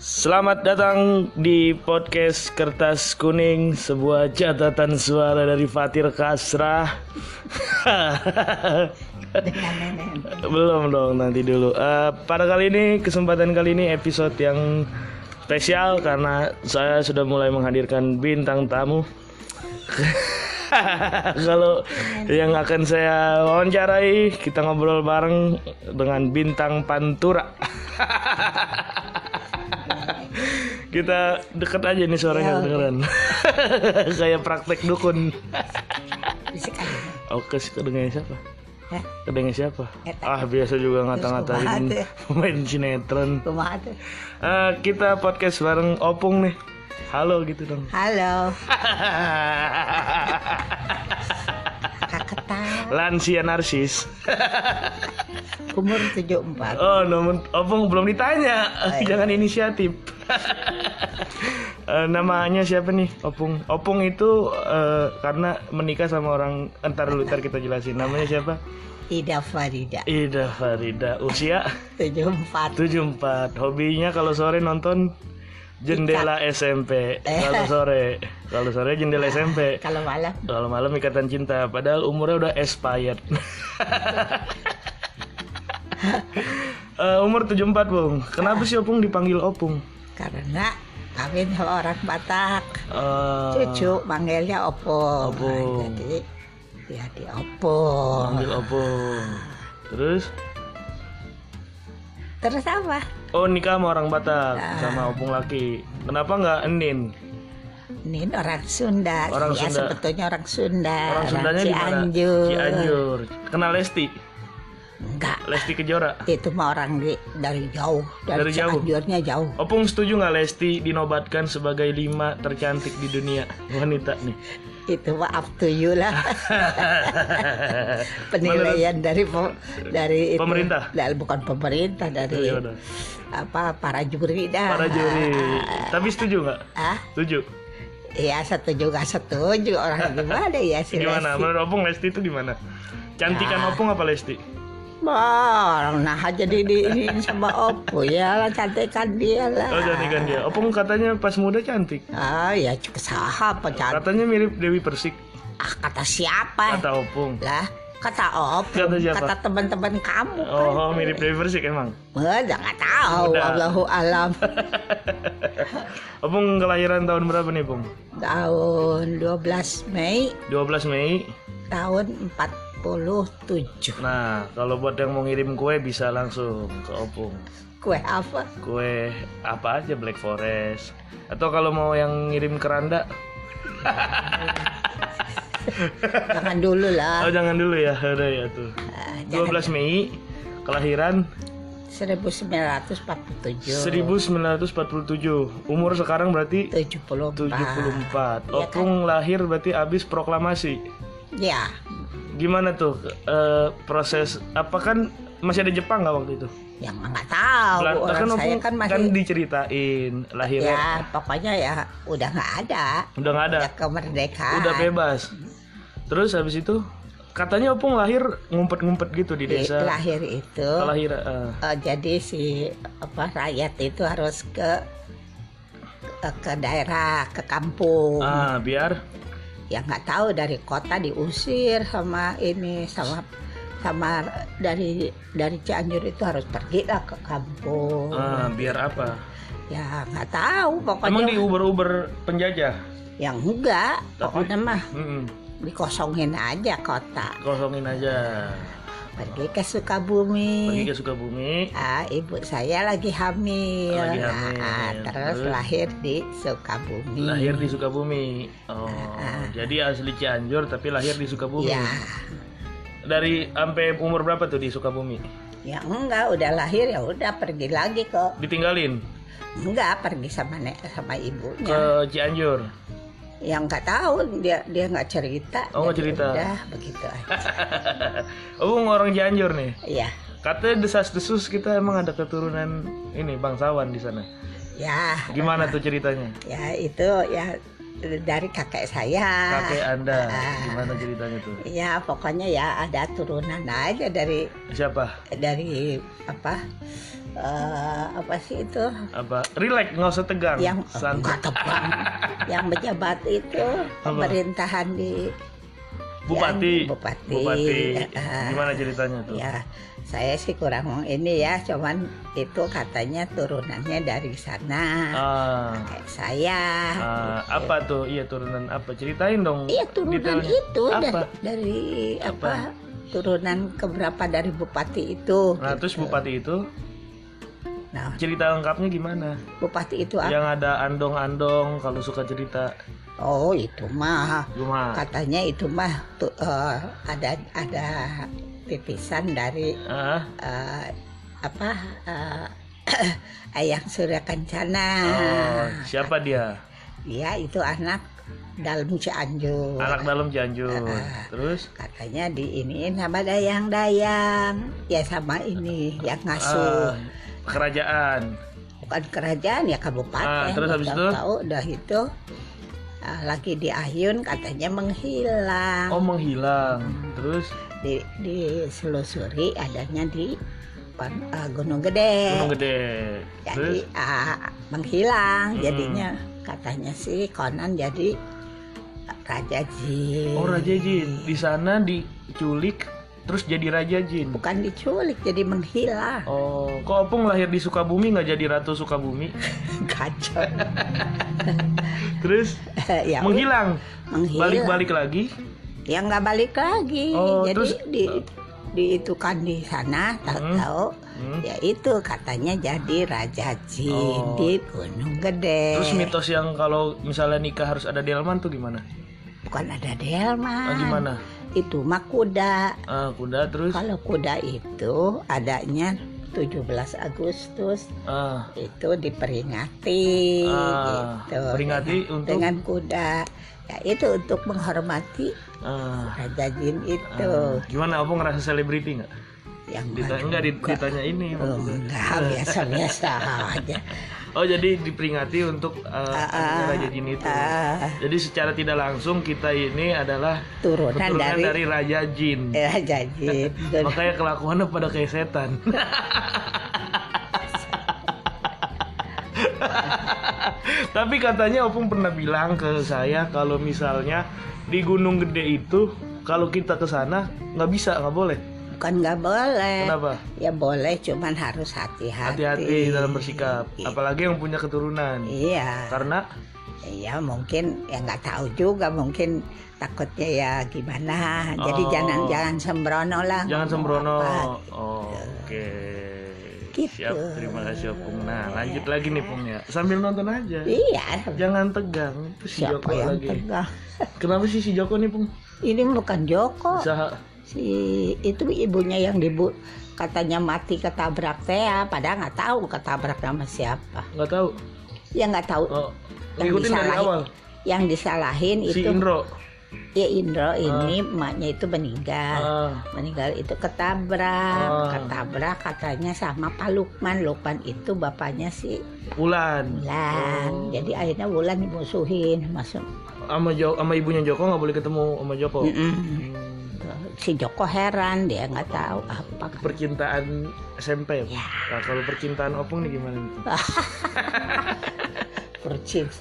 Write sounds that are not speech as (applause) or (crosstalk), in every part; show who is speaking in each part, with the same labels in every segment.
Speaker 1: Selamat datang di podcast Kertas Kuning, sebuah catatan suara dari Fatir Kasrah.
Speaker 2: dengan nenek.
Speaker 1: Belum dong, nanti dulu. Eh, pada kali ini, kesempatan kali ini episode yang spesial karena saya sudah mulai menghadirkan bintang tamu. (laughs) Kalau yang akan saya wawancarai, kita ngobrol bareng dengan bintang Pantura. (laughs) kita deket aja nih suaranya
Speaker 2: Ya, oke.
Speaker 1: kedengeran. (laughs) Kayak praktek dukun.
Speaker 2: Bisik aja.
Speaker 1: Oke, sih kedengarannya siapa?
Speaker 2: Hah?
Speaker 1: Kedengar siapa?
Speaker 2: Eta.
Speaker 1: Ah biasa juga ngata-ngatain
Speaker 2: Terus
Speaker 1: (laughs) pemain sinetron.
Speaker 2: Kumaha tuh?
Speaker 1: Eh, kita podcast bareng Opung nih. Halo gitu dong.
Speaker 2: (laughs) Halo, kaketan.
Speaker 1: Lansia narsis.
Speaker 2: Umur 74.
Speaker 1: Oh, namun Opung belum ditanya.
Speaker 2: Baik.
Speaker 1: (laughs) Jangan inisiatif. Eh, namanya siapa nih Opung? Opung itu eh, karena menikah sama orang entar dulu entar kita jelasin. Namanya siapa?
Speaker 2: Ida Farida,
Speaker 1: Ida Farida. Usia
Speaker 2: 74.
Speaker 1: 74 hobinya kalau sore nonton jendela SMP kalau sore kalau sore jendela SMP
Speaker 2: Kalau malam
Speaker 1: kalau malam ikatan cinta padahal umurnya udah expired (laughs) Eh, umur 74 Bung kenapa sih Opung dipanggil Opung
Speaker 2: karena kawin sama orang Batak.
Speaker 1: Eh,
Speaker 2: Cucu manggilnya Opong.
Speaker 1: Opong.
Speaker 2: Jadi ya di Opong.
Speaker 1: panggil Opung terus
Speaker 2: Terus apa?
Speaker 1: oh nikah sama orang Batak
Speaker 2: Ah.
Speaker 1: sama Opung laki kenapa nggak Enin
Speaker 2: Ini orang Sunda.
Speaker 1: Orang
Speaker 2: Ya,
Speaker 1: Sunda.
Speaker 2: sebetulnya Ah, orang Sunda.
Speaker 1: orang Sundanya di mana
Speaker 2: Cianjur.
Speaker 1: Cianjur kenal Lesti
Speaker 2: Enggak.
Speaker 1: Lesti Kejora
Speaker 2: itu mah orang di- dari jauh dari,
Speaker 1: Dari jauh?
Speaker 2: Cianjurnya jauh
Speaker 1: Opung setuju nggak Lesti dinobatkan sebagai lima tercantik di dunia wanita nih?
Speaker 2: itu mah up to you lah
Speaker 1: (laughs)
Speaker 2: penilaian dari pem- dari itu,
Speaker 1: Pemerintah?
Speaker 2: dari- bukan pemerintah dari
Speaker 1: Ya udah.
Speaker 2: apa para juri dah
Speaker 1: Para juri. Tapi setuju nggak?
Speaker 2: ah
Speaker 1: Setuju.
Speaker 2: ya satu juga setuju orang gimana ya si
Speaker 1: Gimana?
Speaker 2: Lesti?
Speaker 1: Menurut Opung Lesti itu gimana? Cantikan Opung apa Lesti?
Speaker 2: Wah, orang nah aja di di- ini sama opo ya lah cantikan dia lah
Speaker 1: Oh cantikan dia. Opung katanya pas muda cantik.
Speaker 2: ah ya cukup sah apa cantik
Speaker 1: Katanya mirip Dewi Persik.
Speaker 2: ah kata siapa
Speaker 1: Kata Opung.
Speaker 2: lah kata opo
Speaker 1: Kata siapa?
Speaker 2: kata teman-teman kamu kan?
Speaker 1: Oh mirip Dewi Persik emang.
Speaker 2: Wah, nggak tahu,
Speaker 1: Udah.
Speaker 2: Allahu alam.
Speaker 1: Opung kelahiran tahun berapa nih Opung?
Speaker 2: tahun 12 Mei
Speaker 1: 12 Mei.
Speaker 2: tahun 47.
Speaker 1: Nah kalau buat yang mau ngirim kue bisa langsung ke Opung.
Speaker 2: Kue apa?
Speaker 1: kue apa aja Black Forest atau kalau mau yang ngirim keranda
Speaker 2: Jangan dulu lah.
Speaker 1: oh jangan dulu ya ada ya tuh
Speaker 2: Ah, jangan.
Speaker 1: 12 Mei kelahiran
Speaker 2: 1947.
Speaker 1: 1947 umur sekarang berarti 74
Speaker 2: 74. kan?
Speaker 1: Opung lahir berarti abis proklamasi
Speaker 2: Ya,
Speaker 1: gimana tuh eh, proses apa kan masih ada Jepang nggak waktu itu
Speaker 2: yang nggak tahu
Speaker 1: Lah,
Speaker 2: orang saya
Speaker 1: Opung
Speaker 2: kan
Speaker 1: kan
Speaker 2: masih
Speaker 1: diceritain lahirnya
Speaker 2: ya pokoknya ya udah nggak ada
Speaker 1: udah nggak ada
Speaker 2: ya kemerdekaan
Speaker 1: udah bebas terus habis itu katanya opung lahir ngumpet-ngumpet gitu di
Speaker 2: Di-
Speaker 1: desa
Speaker 2: lahir itu
Speaker 1: lahir eh,
Speaker 2: Eh, jadi si apa rakyat itu harus ke ke, ke daerah ke kampung
Speaker 1: ah biar
Speaker 2: ya nggak tahu dari kota diusir sama ini sama sama dari dari Cianjur itu harus pergi lah ke kampung
Speaker 1: ah, biar apa
Speaker 2: ya nggak tahu
Speaker 1: emang di
Speaker 2: pokoknya
Speaker 1: uber-uber penjajah
Speaker 2: yang enggak
Speaker 1: Tapi-
Speaker 2: pokoknya mah
Speaker 1: Mm-mm,
Speaker 2: dikosongin aja kota
Speaker 1: kosongin aja
Speaker 2: pergi ke Sukabumi
Speaker 1: pergi ke Sukabumi
Speaker 2: Ah, ibu saya lagi hamil,
Speaker 1: Lagi
Speaker 2: Nah,
Speaker 1: hamil.
Speaker 2: ah, terus
Speaker 1: Terus?
Speaker 2: lahir di Sukabumi.
Speaker 1: lahir di Sukabumi oh jadi asli Cianjur tapi lahir di Sukabumi
Speaker 2: Ya,
Speaker 1: dari sampai umur berapa tuh di Sukabumi
Speaker 2: ya enggak udah lahir ya udah pergi lagi kok.
Speaker 1: ditinggalin
Speaker 2: Enggak pergi sama nek sama ibunya.
Speaker 1: ke Cianjur
Speaker 2: Yang Ya, nggak tahu dia dia nggak cerita.
Speaker 1: Oh, nggak
Speaker 2: Jadi
Speaker 1: cerita.
Speaker 2: Udah begitu aja.
Speaker 1: Opung orang Cianjur nih
Speaker 2: Iya.
Speaker 1: Katanya desas-desus kita emang ada keturunan ini bangsawan di sana.
Speaker 2: Ya,
Speaker 1: Gimana tuh ceritanya?
Speaker 2: ya itu ya dari kakek saya.
Speaker 1: kakek Anda?
Speaker 2: Ah.
Speaker 1: Gimana ceritanya tuh?
Speaker 2: Ya pokoknya ya ada turunan aja dari
Speaker 1: Siapa?
Speaker 2: dari apa eh, apa sih itu
Speaker 1: Apa? Relax, nggak usah tegang.
Speaker 2: yang
Speaker 1: Santai.
Speaker 2: enggak tegang. yang menjabat itu pemerintahan di
Speaker 1: Bupati.
Speaker 2: yang Bupati. (laughs)
Speaker 1: Bupati.
Speaker 2: Ah.
Speaker 1: Gimana ceritanya tuh?
Speaker 2: ya saya sih kurang ini ya cuman itu katanya turunannya dari sana
Speaker 1: Ah,
Speaker 2: kayak saya
Speaker 1: ah,
Speaker 2: gitu.
Speaker 1: apa tuh? Iya turunan apa? Ceritain dong.
Speaker 2: iya turunan
Speaker 1: detailnya.
Speaker 2: itu dari
Speaker 1: Apa?
Speaker 2: dari apa?
Speaker 1: Apa?
Speaker 2: turunan keberapa dari bupati itu
Speaker 1: Nah, terus
Speaker 2: gitu.
Speaker 1: bupati itu
Speaker 2: nah
Speaker 1: cerita lengkapnya gimana?
Speaker 2: bupati itu apa?
Speaker 1: Yang ada andong-andong kalau suka cerita
Speaker 2: oh itu mah
Speaker 1: gimana?
Speaker 2: katanya itu mah tuh eh, ada ada pipisan dari
Speaker 1: Ah,
Speaker 2: eh, apa eh, (clears throat) Ayang Surya Kencana
Speaker 1: oh, siapa dia?
Speaker 2: Dia Iya, itu anak dalam Cianjur.
Speaker 1: Anak dalam Cianjur.
Speaker 2: Oh. Ah.
Speaker 1: Terus
Speaker 2: Katanya diiniin sama dayang-dayang. Ya sama ini yang
Speaker 1: ah,
Speaker 2: ngasuh.
Speaker 1: kerajaan.
Speaker 2: Bukan kerajaan ya kabupaten.
Speaker 1: Ah, terus habis itu?
Speaker 2: Tahu udah itu ah, lagi diayun katanya menghilang.
Speaker 1: Oh, menghilang. Terus
Speaker 2: Di, diselusuri adanya di pan- ah, Gunung Gede.
Speaker 1: Gunung Gede. Terus
Speaker 2: Jadi ah, menghilang
Speaker 1: Mm-mm.
Speaker 2: jadinya katanya sih Conan jadi raja jin.
Speaker 1: Oh Raja Jin di sana diculik terus jadi Raja Jin.
Speaker 2: bukan diculik jadi menghilang
Speaker 1: Oh, kok Opung lahir di Sukabumi nggak jadi Ratu Sukabumi?
Speaker 2: (laughs)
Speaker 1: (laughs)
Speaker 2: kacau
Speaker 1: Terus
Speaker 2: ya
Speaker 1: menghilang,
Speaker 2: menghilang
Speaker 1: balik-balik lagi.
Speaker 2: ya nggak balik lagi
Speaker 1: Oh,
Speaker 2: jadi
Speaker 1: terus-
Speaker 2: di diitukan di sana
Speaker 1: Hmm.
Speaker 2: tahu-tahu
Speaker 1: Hmm.
Speaker 2: ya itu katanya jadi raja jin
Speaker 1: Oh.
Speaker 2: di gunung gede
Speaker 1: Terus mitos yang kalau misalnya nikah harus ada delman tuh gimana?
Speaker 2: bukan ada
Speaker 1: Ah,
Speaker 2: delman
Speaker 1: gimana?
Speaker 2: itu mah kuda
Speaker 1: Ah, kuda terus
Speaker 2: kalau kuda itu adanya 17 Agustus
Speaker 1: ah,
Speaker 2: itu diperingati
Speaker 1: Ah,
Speaker 2: gitu
Speaker 1: peringati
Speaker 2: dengan,
Speaker 1: untuk-
Speaker 2: dengan kuda ya itu untuk menghormati
Speaker 1: ah,
Speaker 2: raja jin itu
Speaker 1: ah. Gimana Opung ngerasa selebriti nggak?
Speaker 2: yang
Speaker 1: Ditanya enggak dit- ditanya ini.
Speaker 2: Oh, enggak biasa
Speaker 1: (laughs)
Speaker 2: biasa aja
Speaker 1: Oh, jadi diperingati untuk ah,
Speaker 2: Ah,
Speaker 1: adanya
Speaker 2: ah,
Speaker 1: Raja Jin itu.
Speaker 2: Ah,
Speaker 1: Jadi secara tidak langsung kita ini adalah
Speaker 2: turunan,
Speaker 1: keturunan
Speaker 2: dari,
Speaker 1: dari, Raja Jin.
Speaker 2: eh, raja
Speaker 1: (laughs)
Speaker 2: jin
Speaker 1: Makanya kelakuannya pada kayak
Speaker 2: (laughs)
Speaker 1: setan. Tapi katanya Opung pernah bilang ke saya kalau misalnya di Gunung Gede itu kalau kita ke sana nggak bisa nggak boleh.
Speaker 2: bukan nggak boleh
Speaker 1: Kenapa?
Speaker 2: ya boleh cuman harus hati-hati
Speaker 1: Hati-hati dalam bersikap,
Speaker 2: Gitu.
Speaker 1: apalagi yang punya keturunan.
Speaker 2: iya
Speaker 1: Karena
Speaker 2: Iya mungkin ya nggak tahu juga mungkin takutnya ya gimana. Jadi
Speaker 1: Oh.
Speaker 2: jangan jangan sembrono lah.
Speaker 1: jangan
Speaker 2: ngomong
Speaker 1: sembrono.
Speaker 2: apa.
Speaker 1: Oh, Oke.
Speaker 2: Iya. Gitu.
Speaker 1: Siap, terima kasih Opung. Nah, lanjut lagi nih Pung ya. Sambil nonton aja.
Speaker 2: Iya.
Speaker 1: Jangan tegang. Itu si
Speaker 2: Siapa
Speaker 1: Joko
Speaker 2: yang
Speaker 1: lagi.
Speaker 2: tegang?
Speaker 1: Kenapa sih si Joko nih, Pung?
Speaker 2: Ini bukan Joko.
Speaker 1: Usaha.
Speaker 2: Si itu ibunya yang dibu katanya mati ketabrak teh ya, padahal nggak tahu ketabrak sama siapa.
Speaker 1: Nggak tahu.
Speaker 2: Ya nggak tahu.
Speaker 1: Oh,
Speaker 2: Yang
Speaker 1: ngikutin dari
Speaker 2: disalahin.
Speaker 1: awal.
Speaker 2: Yang disalahin
Speaker 1: Si
Speaker 2: itu
Speaker 1: Indro.
Speaker 2: ya Indro ini emaknya itu meninggal.
Speaker 1: Ah,
Speaker 2: meninggal itu ketabrak
Speaker 1: Ah.
Speaker 2: ketabrak katanya sama Pak Lukman Lukman itu bapaknya si
Speaker 1: Wulan.
Speaker 2: Iya. Wulan
Speaker 1: Oh.
Speaker 2: jadi akhirnya Wulan dimusuhin masuk
Speaker 1: Sama Jo- sama ibunya Joko nggak boleh ketemu sama Joko.
Speaker 2: Mm-mm.
Speaker 1: Hmm,
Speaker 2: si Joko heran dia nggak tahu apa
Speaker 1: Percintaan SMP.
Speaker 2: Ya.
Speaker 1: Nah, kalau percintaan Opung nih gimana? nih, Pung?
Speaker 2: percis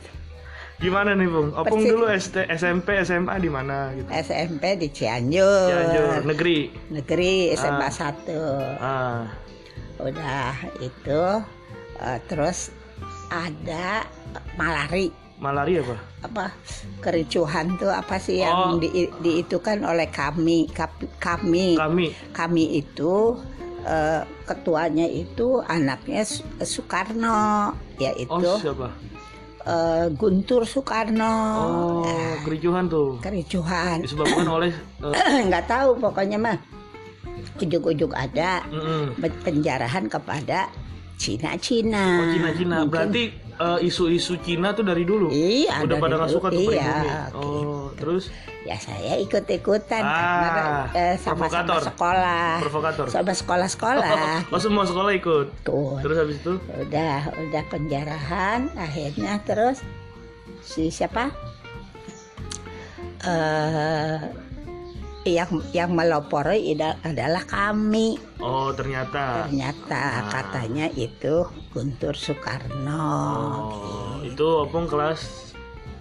Speaker 1: Gimana nih, Pung? Opung
Speaker 2: Percin-
Speaker 1: dulu ST, SMP, SMA di mana gitu?
Speaker 2: SMP di Cianjur,
Speaker 1: Cianjur, negeri.
Speaker 2: negeri SMA
Speaker 1: Ah.
Speaker 2: 1
Speaker 1: Ah,
Speaker 2: udah itu eh, terus ada malari
Speaker 1: malaria apa?
Speaker 2: apa kericuhan tuh apa sih
Speaker 1: Oh.
Speaker 2: yang di, diitukan oleh kami kap- kami
Speaker 1: Kami.
Speaker 2: kami itu eh, ketuanya itu anaknya Su- eh, Soekarno
Speaker 1: Oh,
Speaker 2: yaitu
Speaker 1: siapa?
Speaker 2: eh, Guntur Soekarno
Speaker 1: Oh,
Speaker 2: Nah,
Speaker 1: kericuhan tuh.
Speaker 2: kericuhan (clears throat)
Speaker 1: Disebabkan oleh eh,
Speaker 2: nggak tahu pokoknya mah ujuk-ujuk ada
Speaker 1: mm-mm.
Speaker 2: penjarahan kepada Cina-Cina
Speaker 1: Oh Cina-Cina,
Speaker 2: Ah, Mungkin-
Speaker 1: berarti eh, isu-isu Cina tuh dari dulu?
Speaker 2: Iya,
Speaker 1: Udah
Speaker 2: dari
Speaker 1: pada nggak
Speaker 2: dulu.
Speaker 1: suka tuh
Speaker 2: Iya,
Speaker 1: pribumi?
Speaker 2: oke.
Speaker 1: Oh, terus
Speaker 2: ya saya ikut-ikutan
Speaker 1: Ah,
Speaker 2: karena, eh, sama-sama
Speaker 1: provokator.
Speaker 2: sekolah
Speaker 1: provokator?
Speaker 2: sama sekolah-sekolah
Speaker 1: (laughs) Oh, semua sekolah ikut?
Speaker 2: tuh
Speaker 1: Terus habis itu?
Speaker 2: udah udah penjarahan akhirnya terus si siapa eh, yang yang melopori ida- adalah kami
Speaker 1: Oh
Speaker 2: Iya,
Speaker 1: ternyata.
Speaker 2: ternyata
Speaker 1: Ah.
Speaker 2: katanya itu Guntur Soekarno
Speaker 1: Oh itu opung kelas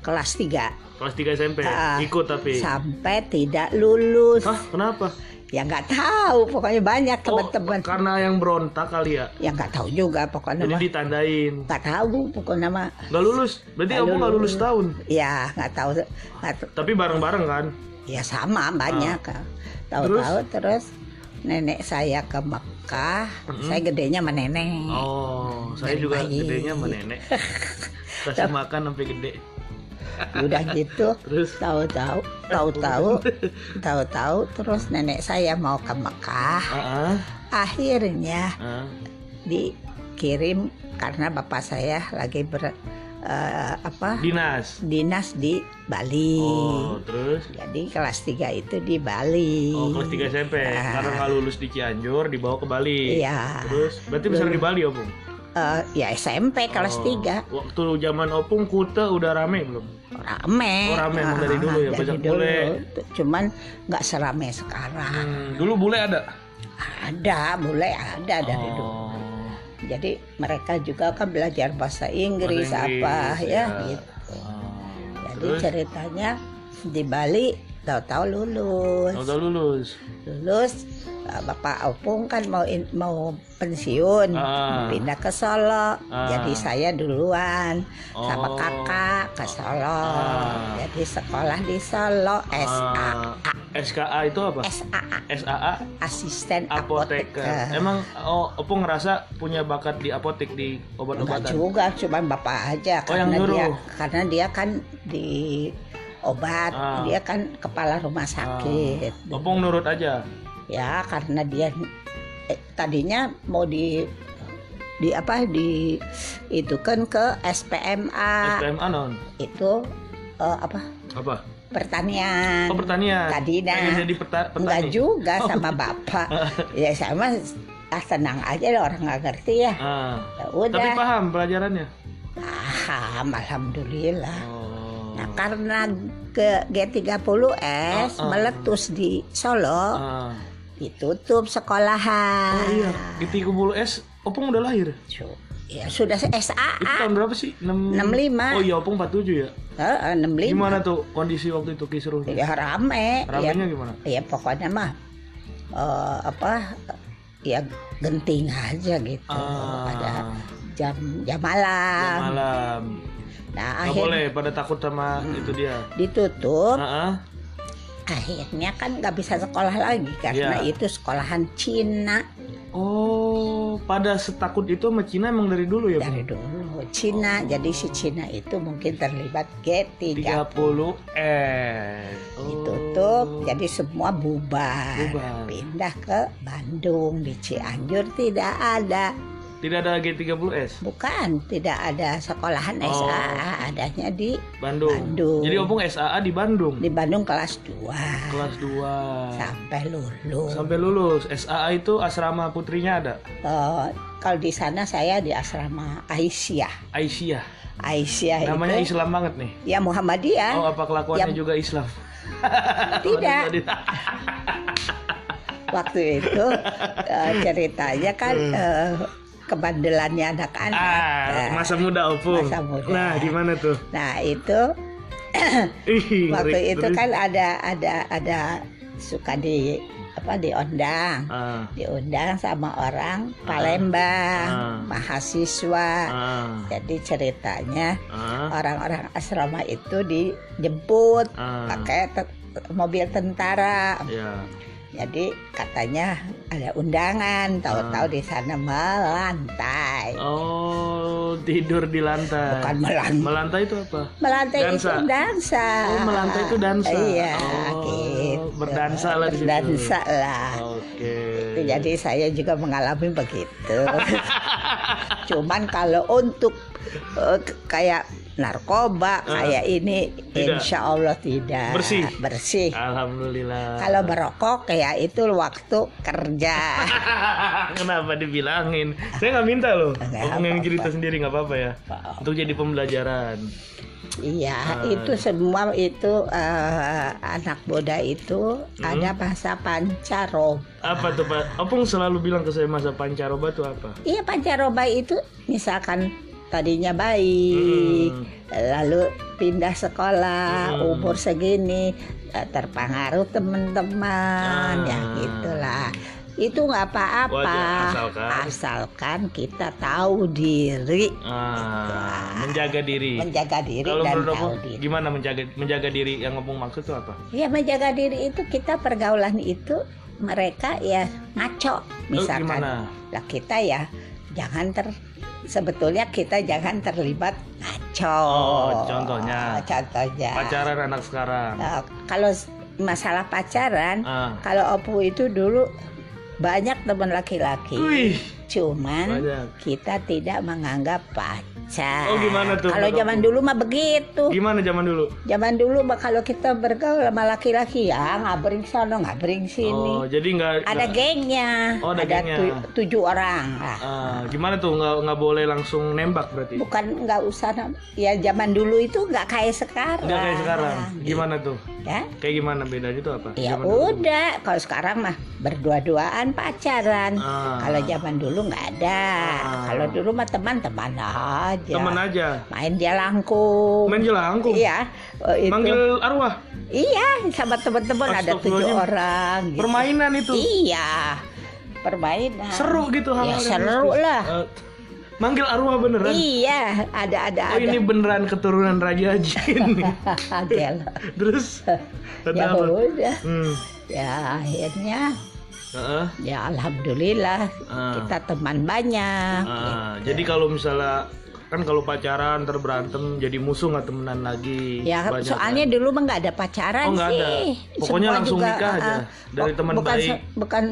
Speaker 2: kelas 3
Speaker 1: kelas 3 SMP
Speaker 2: Ah,
Speaker 1: ikut tapi.
Speaker 2: sampai tidak lulus
Speaker 1: Hah kenapa?
Speaker 2: ya nggak tahu pokoknya banyak
Speaker 1: Oh,
Speaker 2: teman-teman
Speaker 1: karena yang berontak kali ya.
Speaker 2: yang nggak tahu juga pokoknya
Speaker 1: Jadi
Speaker 2: mah
Speaker 1: ditandain.
Speaker 2: nggak tahu pokoknya mah
Speaker 1: Gak lulus. Berarti
Speaker 2: Nggak
Speaker 1: kamu gak lulus
Speaker 2: lulus.
Speaker 1: tahun.
Speaker 2: ya nggak tahu nggak tahu.
Speaker 1: Tapi bareng-bareng kan.
Speaker 2: ya
Speaker 1: Ah.
Speaker 2: sama banyak tahu-tahu terus nenek saya ke Mekah
Speaker 1: Mm-mm.
Speaker 2: saya gedenya sama nenek
Speaker 1: Oh, saya
Speaker 2: Dari
Speaker 1: juga
Speaker 2: Hmm. bayi.
Speaker 1: gedenya sama
Speaker 2: (laughs)
Speaker 1: nenek. Kasih makan sampai gede.
Speaker 2: udah gitu
Speaker 1: Terus
Speaker 2: tahu-tahu tahu-tahu tahu-tahu terus nenek saya mau ke Mekah
Speaker 1: Heeh.
Speaker 2: akhirnya
Speaker 1: heeh.
Speaker 2: dikirim karena bapak saya lagi ber eh, apa
Speaker 1: Dinas.
Speaker 2: dinas di Bali
Speaker 1: Oh, terus
Speaker 2: jadi kelas 3 itu di Bali
Speaker 1: Oh, kelas 3 SMP.
Speaker 2: Ah.
Speaker 1: Karena nggak lulus di Cianjur, dibawa ke Bali.
Speaker 2: iya
Speaker 1: Terus, berarti besar di Bali, Opung?
Speaker 2: Eh, ya SMP kelas
Speaker 1: Oh,
Speaker 2: 3
Speaker 1: Waktu zaman Opung, Kute udah rame belum?
Speaker 2: rame
Speaker 1: Oh, rame emang
Speaker 2: Ah,
Speaker 1: dari dulu ya,
Speaker 2: dari
Speaker 1: bajak
Speaker 2: dulu.
Speaker 1: bule.
Speaker 2: cuman nggak serame sekarang
Speaker 1: Hmm, dulu bule ada?
Speaker 2: ada bule ada dari dulu
Speaker 1: Oh,
Speaker 2: jadi mereka juga kan belajar bahasa Inggris,
Speaker 1: bahasa Inggris,
Speaker 2: apa ya, gitu
Speaker 1: Oh,
Speaker 2: jadi
Speaker 1: Terus,
Speaker 2: ceritanya di Bali tahu-tahu lulus
Speaker 1: udah lulus.
Speaker 2: lulus eh, Bapak Opung kan mau in- mau pensiun
Speaker 1: Ah.
Speaker 2: pindah ke
Speaker 1: Ah.
Speaker 2: Solo jadi saya duluan sama
Speaker 1: Oh.
Speaker 2: kakak ke Solo
Speaker 1: Ah.
Speaker 2: jadi sekolah di Solo SA
Speaker 1: Oh. Ah, SKA itu apa?
Speaker 2: SAA
Speaker 1: SAA
Speaker 2: asisten
Speaker 1: apoteker.
Speaker 2: apoteker
Speaker 1: Emang oh, Opung ngerasa punya bakat di apotek di
Speaker 2: Enggak
Speaker 1: obat-obatan?
Speaker 2: juga, cuma bapak aja
Speaker 1: Oh, yang
Speaker 2: karena dia
Speaker 1: nyuruh.
Speaker 2: karena dia kan di obat,
Speaker 1: Ah.
Speaker 2: dia kan kepala rumah sakit.
Speaker 1: Ah, Opung nurut aja.
Speaker 2: Ya, karena dia eh, tadinya mau di di apa di itu kan ke SPMA
Speaker 1: SPMA non
Speaker 2: itu eh, apa
Speaker 1: apa?
Speaker 2: pertanian.
Speaker 1: Oh pertanian.
Speaker 2: Tadi dah.
Speaker 1: Pengen jadi peta-
Speaker 2: Enggak
Speaker 1: petani.
Speaker 2: juga sama
Speaker 1: (laughs)
Speaker 2: bapak. ya sama ah tenang aja lah orang nggak ngerti ya.
Speaker 1: Ah,
Speaker 2: Ya
Speaker 1: Tapi
Speaker 2: udah
Speaker 1: paham pelajarannya.
Speaker 2: paham alhamdulillah.
Speaker 1: Oh.
Speaker 2: Nah, karena ke G30S
Speaker 1: Ah, ah.
Speaker 2: meletus di Solo,
Speaker 1: Ah.
Speaker 2: ditutup sekolahan.
Speaker 1: Oh iya, Giti Kubulu S, Opung udah lahir.
Speaker 2: Su- Ya, sudah
Speaker 1: Itu
Speaker 2: SAA
Speaker 1: tahun berapa sih? 6...
Speaker 2: 65.
Speaker 1: Oh iya, Opung 47 ya.
Speaker 2: Heeh, 65.
Speaker 1: Gimana tuh kondisi waktu itu kisruhnya?
Speaker 2: Ya rame, ya,
Speaker 1: Ramenya gimana?
Speaker 2: ya pokoknya mah eh, apa ya genting aja gitu
Speaker 1: Ah,
Speaker 2: ada jam jam malam.
Speaker 1: malam.
Speaker 2: Nah,
Speaker 1: Nggak
Speaker 2: akhirnya Hmm.
Speaker 1: boleh, Nah. pada takut sama itu dia.
Speaker 2: ditutup,
Speaker 1: Heeh.
Speaker 2: akhirnya kan nggak bisa sekolah lagi karena
Speaker 1: Iya.
Speaker 2: itu sekolahan Cina.
Speaker 1: Oh, pada setakut itu sama Cina emang dari dulu ya,
Speaker 2: dari
Speaker 1: Bung?
Speaker 2: dulu Cina
Speaker 1: Oh.
Speaker 2: jadi si Cina itu mungkin terlibat G30
Speaker 1: 30 Oh.
Speaker 2: ditutup jadi semua bubar.
Speaker 1: Bubar.
Speaker 2: pindah ke Bandung di Cianjur tidak ada
Speaker 1: Tidak ada G30S
Speaker 2: bukan tidak ada sekolahan
Speaker 1: Oh.
Speaker 2: SAA adanya di
Speaker 1: Bandung.
Speaker 2: Bandung.
Speaker 1: Jadi Opung SAA di Bandung.
Speaker 2: di Bandung kelas 2
Speaker 1: Kelas 2.
Speaker 2: sampai lulus
Speaker 1: Sampai lulus. SAA itu asrama putrinya ada.
Speaker 2: Eh, kalau di sana saya di asrama Aisyah
Speaker 1: Aisyah.
Speaker 2: Aisyah
Speaker 1: Namanya
Speaker 2: Eh, itu
Speaker 1: Islam banget nih.
Speaker 2: ya Muhammadiyah
Speaker 1: Oh, apa kelakuannya
Speaker 2: Yang-
Speaker 1: juga Islam?
Speaker 2: (laughs)
Speaker 1: (laughs)
Speaker 2: tidak waktu
Speaker 1: (laughs)
Speaker 2: itu eh, ceritanya kan eh, kebandelannya
Speaker 1: Hmm.
Speaker 2: anak-anak.
Speaker 1: ah,
Speaker 2: Nah,
Speaker 1: masa muda Opung.
Speaker 2: Masa muda.
Speaker 1: Nah, gimana tuh?
Speaker 2: Nah itu
Speaker 1: Ih,
Speaker 2: waktu
Speaker 1: ngeri.
Speaker 2: itu
Speaker 1: Terus?
Speaker 2: kan ada ada ada suka di apa diundang
Speaker 1: Ah,
Speaker 2: diundang sama orang Palembang
Speaker 1: Ah.
Speaker 2: mahasiswa.
Speaker 1: ah,
Speaker 2: Jadi ceritanya
Speaker 1: ah,
Speaker 2: orang-orang asrama itu dijemput
Speaker 1: ah.
Speaker 2: pakai te- mobil tentara.
Speaker 1: Ya.
Speaker 2: Jadi katanya ada undangan, tahu-tahu
Speaker 1: Ah.
Speaker 2: di sana melantai.
Speaker 1: Oh, tidur di lantai.
Speaker 2: Bukan melantai.
Speaker 1: Melantai itu apa?
Speaker 2: Melantai
Speaker 1: Dansa.
Speaker 2: itu dansa.
Speaker 1: Oh, melantai itu dansa.
Speaker 2: Iya,
Speaker 1: Oh,
Speaker 2: gitu.
Speaker 1: berdansa lah di situ. Oh, iya.
Speaker 2: Berdansa lah.
Speaker 1: Oke.
Speaker 2: Ah. Jadi saya juga mengalami
Speaker 1: (laughs)
Speaker 2: begitu. Cuman kalau untuk eh, kayak narkoba kayak ini,
Speaker 1: Ah. Tidak.
Speaker 2: insya Allah tidak
Speaker 1: Bersih. Ah.
Speaker 2: Bersih.
Speaker 1: Alhamdulillah.
Speaker 2: Kalau merokok kayak itu waktu kerja.
Speaker 1: (laughs) Kenapa dibilangin? Saya nggak minta loh.
Speaker 2: Nggak
Speaker 1: Opung yang
Speaker 2: apa-apa. Oh.
Speaker 1: cerita sendiri nggak apa-apa ya.
Speaker 2: Apa-apa.
Speaker 1: Untuk jadi pembelajaran. Ah.
Speaker 2: Iya, itu semua itu eh, anak muda itu
Speaker 1: Hmm.
Speaker 2: ada bahasa pancaroba.
Speaker 1: Apa tuh Pak? Opung selalu bilang ke saya masa pancaroba tuh apa?
Speaker 2: Iya pancaroba itu misalkan tadinya baik,
Speaker 1: Hmm.
Speaker 2: lalu pindah sekolah,
Speaker 1: Hmm.
Speaker 2: umur segini eh, terpengaruh teman-teman,
Speaker 1: Ah.
Speaker 2: ya gitulah. Itu nggak apa-apa,
Speaker 1: Wajar, asalkan.
Speaker 2: asalkan kita tahu diri,
Speaker 1: Ah, menjaga diri.
Speaker 2: menjaga diri
Speaker 1: Kalau
Speaker 2: dan
Speaker 1: menurut
Speaker 2: tahu
Speaker 1: Opung
Speaker 2: diri.
Speaker 1: gimana menjaga menjaga diri yang Opung maksud tuh apa?
Speaker 2: Ya menjaga diri itu kita pergaulan itu mereka ya ngaco
Speaker 1: Lu
Speaker 2: misalkan.
Speaker 1: gimana?
Speaker 2: lah kita ya jangan ter sebetulnya kita jangan terlibat ngaco. Ah,
Speaker 1: Oh, contohnya.
Speaker 2: Contohnya.
Speaker 1: Pacaran anak sekarang.
Speaker 2: Nah, kalau s- masalah pacaran,
Speaker 1: Ah.
Speaker 2: kalau Opu itu dulu banyak teman laki-laki.
Speaker 1: Ah. Wih.
Speaker 2: Cuman
Speaker 1: Banyak.
Speaker 2: kita tidak menganggap pacar.
Speaker 1: Oh, gimana tuh
Speaker 2: Kalau
Speaker 1: menurut
Speaker 2: zaman
Speaker 1: Opu?
Speaker 2: dulu mah begitu.
Speaker 1: Gimana zaman dulu?
Speaker 2: Zaman dulu mah kalau kita bergaul sama laki-laki ya ngabring sono ngabring
Speaker 1: Oh,
Speaker 2: sini.
Speaker 1: jadi nggak
Speaker 2: ada
Speaker 1: nggak-
Speaker 2: gengnya,
Speaker 1: Oh, ada gengnya.
Speaker 2: tu- tujuh orang. lah.
Speaker 1: Ah, gimana tuh nggak nggak boleh langsung nembak berarti?
Speaker 2: Bukan nggak usah nam- ya zaman dulu itu nggak kayak sekarang.
Speaker 1: Nggak kayak sekarang. Gimana tuh?
Speaker 2: Ya,
Speaker 1: Kayak gimana bedanya tuh apa?
Speaker 2: Iya. ya
Speaker 1: Zaman dulu.
Speaker 2: udah. Kalau sekarang mah berdua-duaan pacaran.
Speaker 1: Ah.
Speaker 2: Kalau zaman dulu nggak ada.
Speaker 1: Ah.
Speaker 2: Kalau dulu mah teman-teman aja.
Speaker 1: Temen aja.
Speaker 2: Main jelangkung.
Speaker 1: Main jelangkung.
Speaker 2: Iya, eh, itu.
Speaker 1: Manggil arwah.
Speaker 2: Iya, sama teman-teman ada tujuh
Speaker 1: Astagfirullahaladzim.
Speaker 2: orang. gitu.
Speaker 1: Permainan itu.
Speaker 2: Iya, permainan.
Speaker 1: Seru gitu hal-hal
Speaker 2: Ya
Speaker 1: yang
Speaker 2: seru
Speaker 1: mistis.
Speaker 2: lah.
Speaker 1: Eh, manggil arwah beneran.
Speaker 2: Iya, ada ada
Speaker 1: Oh
Speaker 2: ada.
Speaker 1: ini beneran keturunan Raja Jin.
Speaker 2: (laughs) Gel.
Speaker 1: Terus kata
Speaker 2: ya
Speaker 1: apa?
Speaker 2: udah.
Speaker 1: Hmm.
Speaker 2: Ya akhirnya
Speaker 1: Heeh.
Speaker 2: ya alhamdulillah
Speaker 1: Ah.
Speaker 2: kita teman banyak.
Speaker 1: Ah, jadi kalau misalnya kan kalau pacaran ntar berantem jadi musuh nggak temenan lagi.
Speaker 2: Ya
Speaker 1: Banyak
Speaker 2: soalnya
Speaker 1: kan?
Speaker 2: dulu mah nggak ada pacaran
Speaker 1: Oh, nggak ada.
Speaker 2: sih.
Speaker 1: Pokoknya langsung nikah aja.
Speaker 2: ah,
Speaker 1: Dari
Speaker 2: bu-
Speaker 1: teman
Speaker 2: bukan,
Speaker 1: baik.
Speaker 2: se- Bukan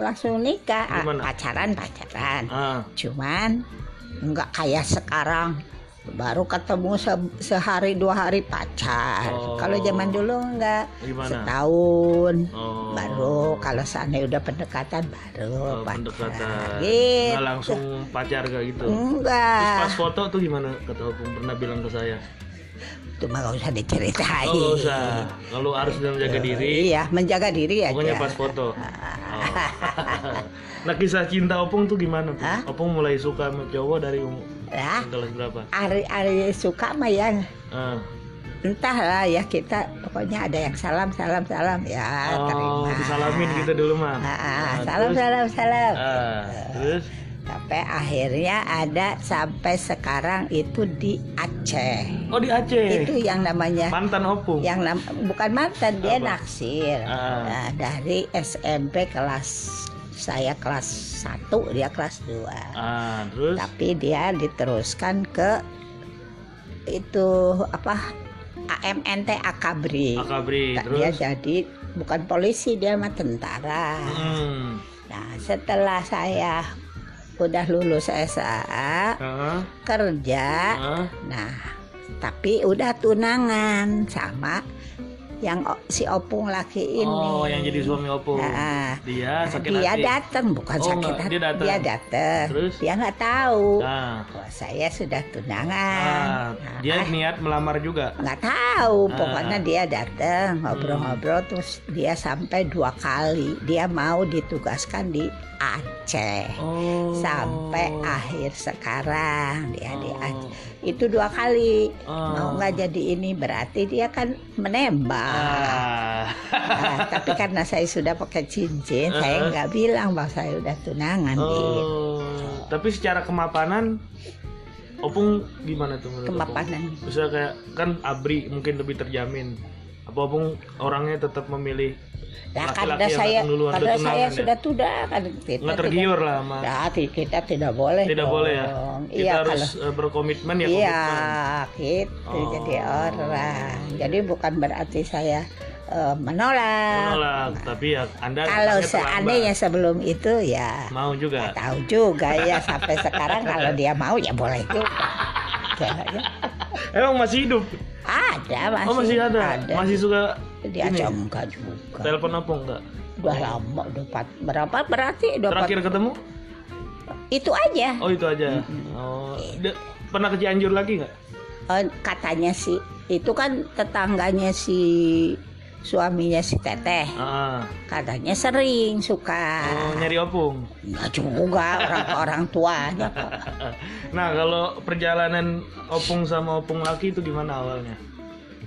Speaker 2: langsung nikah, ah,
Speaker 1: Gimana?
Speaker 2: pacaran pacaran.
Speaker 1: Ah,
Speaker 2: Cuman nggak kayak sekarang baru ketemu se- sehari dua hari pacar.
Speaker 1: Oh.
Speaker 2: Kalau zaman dulu nggak
Speaker 1: Gimana?
Speaker 2: setahun
Speaker 1: Oh.
Speaker 2: baru kalau seandainya udah pendekatan baru
Speaker 1: eh,
Speaker 2: pacar.
Speaker 1: pendekatan.
Speaker 2: Gitu.
Speaker 1: Nggak langsung pacar kayak gitu.
Speaker 2: Iya.
Speaker 1: Terus
Speaker 2: Enggak.
Speaker 1: pas foto tuh gimana? Kata Opung pernah bilang ke saya.
Speaker 2: Itu mah nggak usah diceritain.
Speaker 1: Oh, nggak usah. Kalau harus menjaga diri,
Speaker 2: Iya, Ah. menjaga diri aja.
Speaker 1: pokoknya pas foto. Oh. (laughs) nah kisah cinta Opung tuh gimana? Pung?
Speaker 2: Hah? Ah.
Speaker 1: Opung mulai suka sama cowok dari umur
Speaker 2: Lah,
Speaker 1: kelas berapa?
Speaker 2: Ari-ari Ya, suka mah ya
Speaker 1: Ah.
Speaker 2: entahlah ya kita pokoknya ada yang salam salam salam ya
Speaker 1: Oh,
Speaker 2: terima.
Speaker 1: disalamin gitu dulu mah.
Speaker 2: Ah, ah,
Speaker 1: Nah,
Speaker 2: salam
Speaker 1: terus-
Speaker 2: salam salam.
Speaker 1: Ah, terus
Speaker 2: Sampai akhirnya ada sampai sekarang itu di Aceh.
Speaker 1: oh di Aceh.
Speaker 2: Itu ya. yang namanya
Speaker 1: Mantan Opung.
Speaker 2: yang nam- bukan mantan dia
Speaker 1: Apa?
Speaker 2: naksir
Speaker 1: Ah.
Speaker 2: Nah, dari SMP kelas saya kelas 1 dia kelas 2
Speaker 1: Ah, terus
Speaker 2: tapi dia diteruskan ke itu apa AMNT Akabri
Speaker 1: Akabri,
Speaker 2: Nah, dia
Speaker 1: terus
Speaker 2: jadi bukan polisi dia mah tentara
Speaker 1: Hmm.
Speaker 2: nah setelah saya udah lulus SA
Speaker 1: Ah,
Speaker 2: kerja
Speaker 1: ah.
Speaker 2: Nah, tapi udah tunangan sama yang o- si opung laki ini.
Speaker 1: Oh, yang jadi suami Opung.
Speaker 2: Nah,
Speaker 1: Dia sakit
Speaker 2: dia
Speaker 1: hati.
Speaker 2: datang bukan
Speaker 1: Oh,
Speaker 2: sakit
Speaker 1: nggak,
Speaker 2: hati.
Speaker 1: dia datang.
Speaker 2: Dia datang.
Speaker 1: Terus?
Speaker 2: Dia nggak tahu.
Speaker 1: Nah,
Speaker 2: Wah, saya sudah tunangan.
Speaker 1: ah,
Speaker 2: Nah,
Speaker 1: dia niat melamar juga.
Speaker 2: nggak tahu
Speaker 1: Ah. Hmm.
Speaker 2: pokoknya dia datang ngobrol-ngobrol terus dia sampai dua kali dia mau ditugaskan di Aceh
Speaker 1: Oh.
Speaker 2: sampai akhir sekarang dia di Aceh
Speaker 1: Oh.
Speaker 2: itu dua kali
Speaker 1: Ah.
Speaker 2: mau nggak jadi ini berarti dia kan
Speaker 1: (laughs)
Speaker 2: menembak
Speaker 1: Ah.
Speaker 2: Nah, tapi karena saya sudah pakai cincin saya
Speaker 1: Uh-uh.
Speaker 2: nggak bilang bahwa saya udah tunangan gitu.
Speaker 1: Oh. Tapi secara kemapanan Opung gimana tuh menurut Opung?
Speaker 2: kemapanan
Speaker 1: bisa kayak kan abri mungkin lebih terjamin apa pun orangnya tetap memilih
Speaker 2: nah
Speaker 1: Laki-laki
Speaker 2: karena
Speaker 1: yang
Speaker 2: saya
Speaker 1: datang duluan,
Speaker 2: karena
Speaker 1: udah
Speaker 2: saya
Speaker 1: tunangan ya?
Speaker 2: sudah tunangan kita
Speaker 1: nggak
Speaker 2: tidak
Speaker 1: tergiur lah sama
Speaker 2: Nah, ti- kita tidak boleh.
Speaker 1: tidak boleh ya
Speaker 2: dong.
Speaker 1: kita
Speaker 2: iya,
Speaker 1: harus
Speaker 2: kalau
Speaker 1: eh, berkomitmen ya
Speaker 2: iya,
Speaker 1: komitmen
Speaker 2: gitu
Speaker 1: Oh.
Speaker 2: jadi orang. Jadi bukan berarti saya eh, menolak.
Speaker 1: menolak tapi ya anda datangnya
Speaker 2: Kalau
Speaker 1: terlambat. Iya.
Speaker 2: seandainya sebelum itu ya
Speaker 1: mau juga
Speaker 2: tahu juga ya sampai sekarang kalau dia mau ya boleh juga. Kayaknya
Speaker 1: emang masih hidup
Speaker 2: Ada masih,
Speaker 1: oh masih ada, masih suka
Speaker 2: dia
Speaker 1: ini?
Speaker 2: enggak juga.
Speaker 1: telepon apa enggak
Speaker 2: Udah lama udah empat- berapa berarti udah empat-
Speaker 1: terakhir ketemu
Speaker 2: itu aja.
Speaker 1: oh itu aja oh da- pernah ke Cianjur lagi nggak
Speaker 2: eh, katanya si itu kan tetangganya si suaminya si teteh
Speaker 1: Ah,
Speaker 2: katanya sering suka
Speaker 1: oh, nyari opung. (laughs)
Speaker 2: nggak juga orang orang tuanya kok
Speaker 1: Nah, kalau perjalanan opung sama opung laki itu gimana awalnya?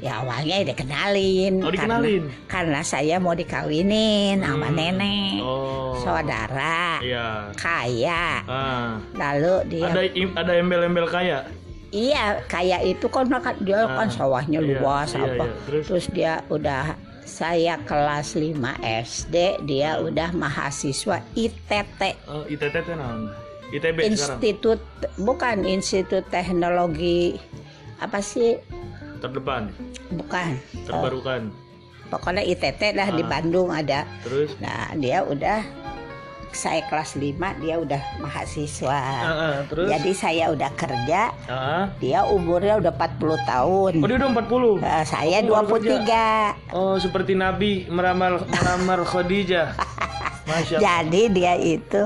Speaker 2: ya awalnya ya dikenalin
Speaker 1: Oh, dikenalin.
Speaker 2: karena, karena saya mau dikawinin sama
Speaker 1: Hmm.
Speaker 2: nenek
Speaker 1: Oh.
Speaker 2: saudara
Speaker 1: Iya.
Speaker 2: kaya
Speaker 1: Ah.
Speaker 2: lalu dia
Speaker 1: Ada im- ada embel-embel kaya.
Speaker 2: Iya, kayak itu kan makan dia
Speaker 1: Ah,
Speaker 2: kan sawahnya
Speaker 1: iya,
Speaker 2: luas
Speaker 1: iya,
Speaker 2: apa.
Speaker 1: iya. Terus?
Speaker 2: Terus dia udah saya kelas 5 SD, dia
Speaker 1: Hmm.
Speaker 2: udah mahasiswa ITT
Speaker 1: Oh, ITT teh naon? ITB sekarang.
Speaker 2: Institut bukan Institut Teknologi apa sih?
Speaker 1: Terdepan,
Speaker 2: Bukan. Eh,
Speaker 1: terbarukan.
Speaker 2: pokoknya ITT lah di
Speaker 1: Ah.
Speaker 2: Bandung ada.
Speaker 1: Terus
Speaker 2: Nah, dia udah saya kelas 5, dia udah mahasiswa.
Speaker 1: Ah, ah, terus
Speaker 2: Iya. Jadi saya udah kerja,
Speaker 1: Ah.
Speaker 2: dia umurnya udah 40 tahun.
Speaker 1: Oh, dia udah 40.
Speaker 2: Eh, saya
Speaker 1: Oh, baru
Speaker 2: 23.
Speaker 1: Oh, seperti Nabi meramal meramar Khadijah. Masya Allah.
Speaker 2: Jadi dia itu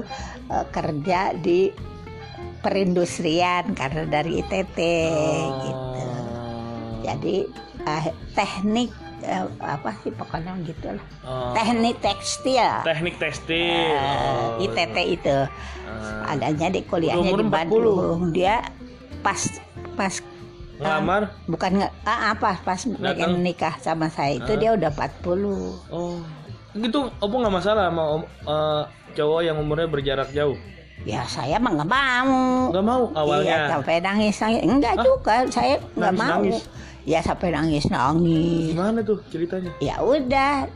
Speaker 2: eh, kerja di perindustrian karena dari ITT
Speaker 1: Ah.
Speaker 2: gitu. Jadi eh, teknik eh, apa sih pokoknya gitu lah.
Speaker 1: Oh.
Speaker 2: Teknik tekstil.
Speaker 1: teknik tekstil.
Speaker 2: Eh,
Speaker 1: Oh,
Speaker 2: ITT itu
Speaker 1: Ah.
Speaker 2: adanya di kuliahnya
Speaker 1: Udah umur
Speaker 2: di
Speaker 1: 40.
Speaker 2: Bandung. Dia pas pas
Speaker 1: ngelamar.
Speaker 2: bukan nge- ah, apa pas
Speaker 1: Datang.
Speaker 2: menikah sama saya itu
Speaker 1: Ah.
Speaker 2: dia udah 40.
Speaker 1: Oh. Gitu opung nggak masalah sama om- eh, cowok yang umurnya berjarak jauh.
Speaker 2: Ya saya mah nggak mau.
Speaker 1: Nggak mau
Speaker 2: Iya,
Speaker 1: awalnya.
Speaker 2: sampai nangis nangis. Enggak
Speaker 1: Hah?
Speaker 2: juga, saya nggak mau.
Speaker 1: Nangis-nangis?
Speaker 2: Ya sampai nangis nangis.
Speaker 1: Gimana tuh ceritanya?
Speaker 2: Ya udah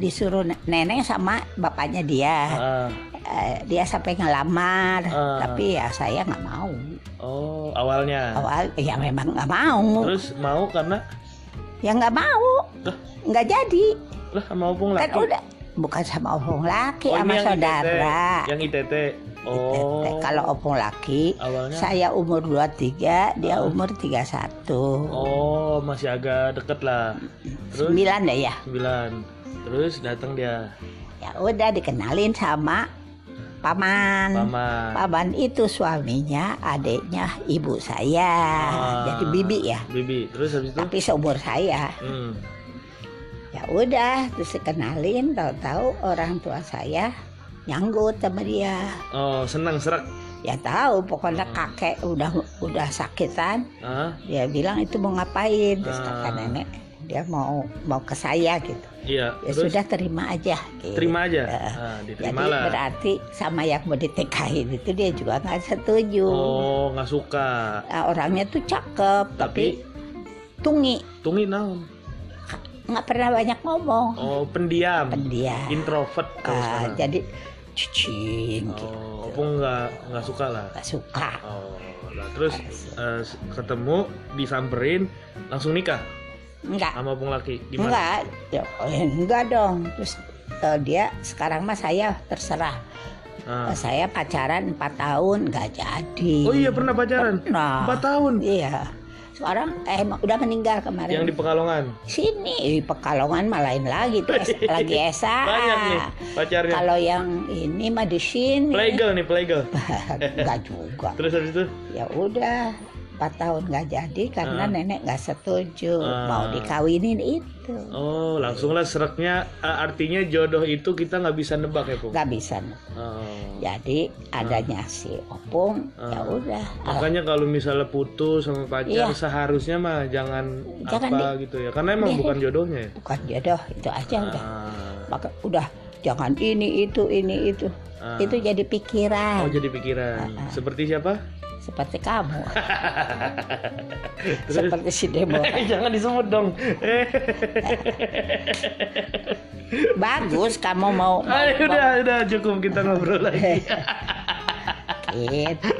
Speaker 2: disuruh ne- nenek sama bapaknya dia.
Speaker 1: Ah.
Speaker 2: Eh, dia sampai ngelamar,
Speaker 1: Ah.
Speaker 2: tapi ya saya nggak mau.
Speaker 1: Oh, awalnya.
Speaker 2: Awal ya memang nggak mau.
Speaker 1: Terus mau karena
Speaker 2: Ya nggak mau.
Speaker 1: Lah.
Speaker 2: Nggak jadi.
Speaker 1: lah sama opung
Speaker 2: Kan
Speaker 1: laki.
Speaker 2: udah bukan sama opung laki
Speaker 1: Oh, ini
Speaker 2: sama
Speaker 1: yang
Speaker 2: saudara.
Speaker 1: ITT. Yang ITT.
Speaker 2: Tete.
Speaker 1: Oh.
Speaker 2: Kalau opung laki,
Speaker 1: awalnya
Speaker 2: saya umur 23, dia
Speaker 1: Ah.
Speaker 2: umur 31.
Speaker 1: Oh, masih agak deket lah. Terus
Speaker 2: Sembilan deh ya.
Speaker 1: sembilan. Terus datang dia
Speaker 2: Ya udah dikenalin sama paman.
Speaker 1: paman.
Speaker 2: Paman itu suaminya, adiknya ibu saya.
Speaker 1: Ah,
Speaker 2: Jadi bibi ya.
Speaker 1: Bibi. Terus habis itu
Speaker 2: Tapi seumur saya.
Speaker 1: hmm.
Speaker 2: Ya udah, terus dikenalin tahu-tahu orang tua saya nyanggut sama dia.
Speaker 1: Oh, senang serak.
Speaker 2: Ya tahu pokoknya kakek udah udah sakitan,
Speaker 1: Ah,
Speaker 2: dia bilang itu mau ngapain? Terus
Speaker 1: Ah.
Speaker 2: kata nenek, dia mau mau ke saya gitu.
Speaker 1: iya.
Speaker 2: Ya
Speaker 1: Terus
Speaker 2: sudah terima aja. gitu.
Speaker 1: terima aja.
Speaker 2: Eh,
Speaker 1: Ah,
Speaker 2: Jadi
Speaker 1: diterima lah.
Speaker 2: berarti sama yang mau ditikahin itu dia juga nggak setuju.
Speaker 1: Oh, nggak suka.
Speaker 2: Nah, orangnya tuh cakep tapi,
Speaker 1: Tapi
Speaker 2: tungi
Speaker 1: tungi naon.
Speaker 2: nggak pernah banyak ngomong.
Speaker 1: Oh, pendiam.
Speaker 2: Pendiam.
Speaker 1: Introvert Iya, kalau
Speaker 2: Ah,
Speaker 1: sekarang.
Speaker 2: jadi cicing gitu.
Speaker 1: Oh, opung nggak nggak suka lah.
Speaker 2: Nggak suka.
Speaker 1: Oh, lah terus eh, s- ketemu, disamperin, langsung nikah
Speaker 2: Enggak.
Speaker 1: sama opung laki. Gimana?
Speaker 2: Enggak. Ya, eh, enggak dong. Terus eh, dia sekarang mah saya terserah.
Speaker 1: Ah.
Speaker 2: Eh, Saya pacaran 4 tahun nggak jadi.
Speaker 1: Oh iya pernah pacaran.
Speaker 2: Nah,
Speaker 1: Empat tahun.
Speaker 2: iya. Sekarang eh udah meninggal kemarin.
Speaker 1: Yang di Pekalongan.
Speaker 2: sini di Pekalongan mah lain lagi
Speaker 1: (laughs)
Speaker 2: tuh es- lagi esa
Speaker 1: Banyak nih pacarnya.
Speaker 2: kalau yang ini mah di sini
Speaker 1: Plegel nih, plegel.
Speaker 2: nggak juga
Speaker 1: Terus habis itu
Speaker 2: ya udah empat tahun nggak jadi karena
Speaker 1: Ah.
Speaker 2: nenek nggak setuju
Speaker 1: Ah.
Speaker 2: mau dikawinin itu
Speaker 1: Oh, langsunglah sereknya eh, artinya jodoh itu kita nggak bisa nebak ya, Pung.
Speaker 2: nggak Ya. bisa
Speaker 1: Oh.
Speaker 2: jadi adanya si opung
Speaker 1: Ah.
Speaker 2: ya udah
Speaker 1: Makanya kalau misalnya putus sama pacar
Speaker 2: Iya.
Speaker 1: seharusnya mah jangan,
Speaker 2: Jangan
Speaker 1: apa gitu ya. Karena emang
Speaker 2: Iya. Ya,
Speaker 1: bukan jodohnya ya.
Speaker 2: bukan jodoh itu aja
Speaker 1: Ah.
Speaker 2: udah maka udah jangan ini itu ini itu
Speaker 1: Ah.
Speaker 2: itu
Speaker 1: Oh,
Speaker 2: jadi pikiran
Speaker 1: jadi pikiran.
Speaker 2: Ah, ah.
Speaker 1: Seperti siapa?
Speaker 2: seperti kamu
Speaker 1: (laughs)
Speaker 2: (laughs)
Speaker 1: Terus
Speaker 2: seperti si demo
Speaker 1: (laughs) jangan disebut dong. Eh,
Speaker 2: bagus kamu mau,
Speaker 1: (laughs)
Speaker 2: mau,
Speaker 1: ayo,
Speaker 2: mau
Speaker 1: udah, udah cukup kita
Speaker 2: (laughs)
Speaker 1: ngobrol lagi. (laughs)
Speaker 2: gitu.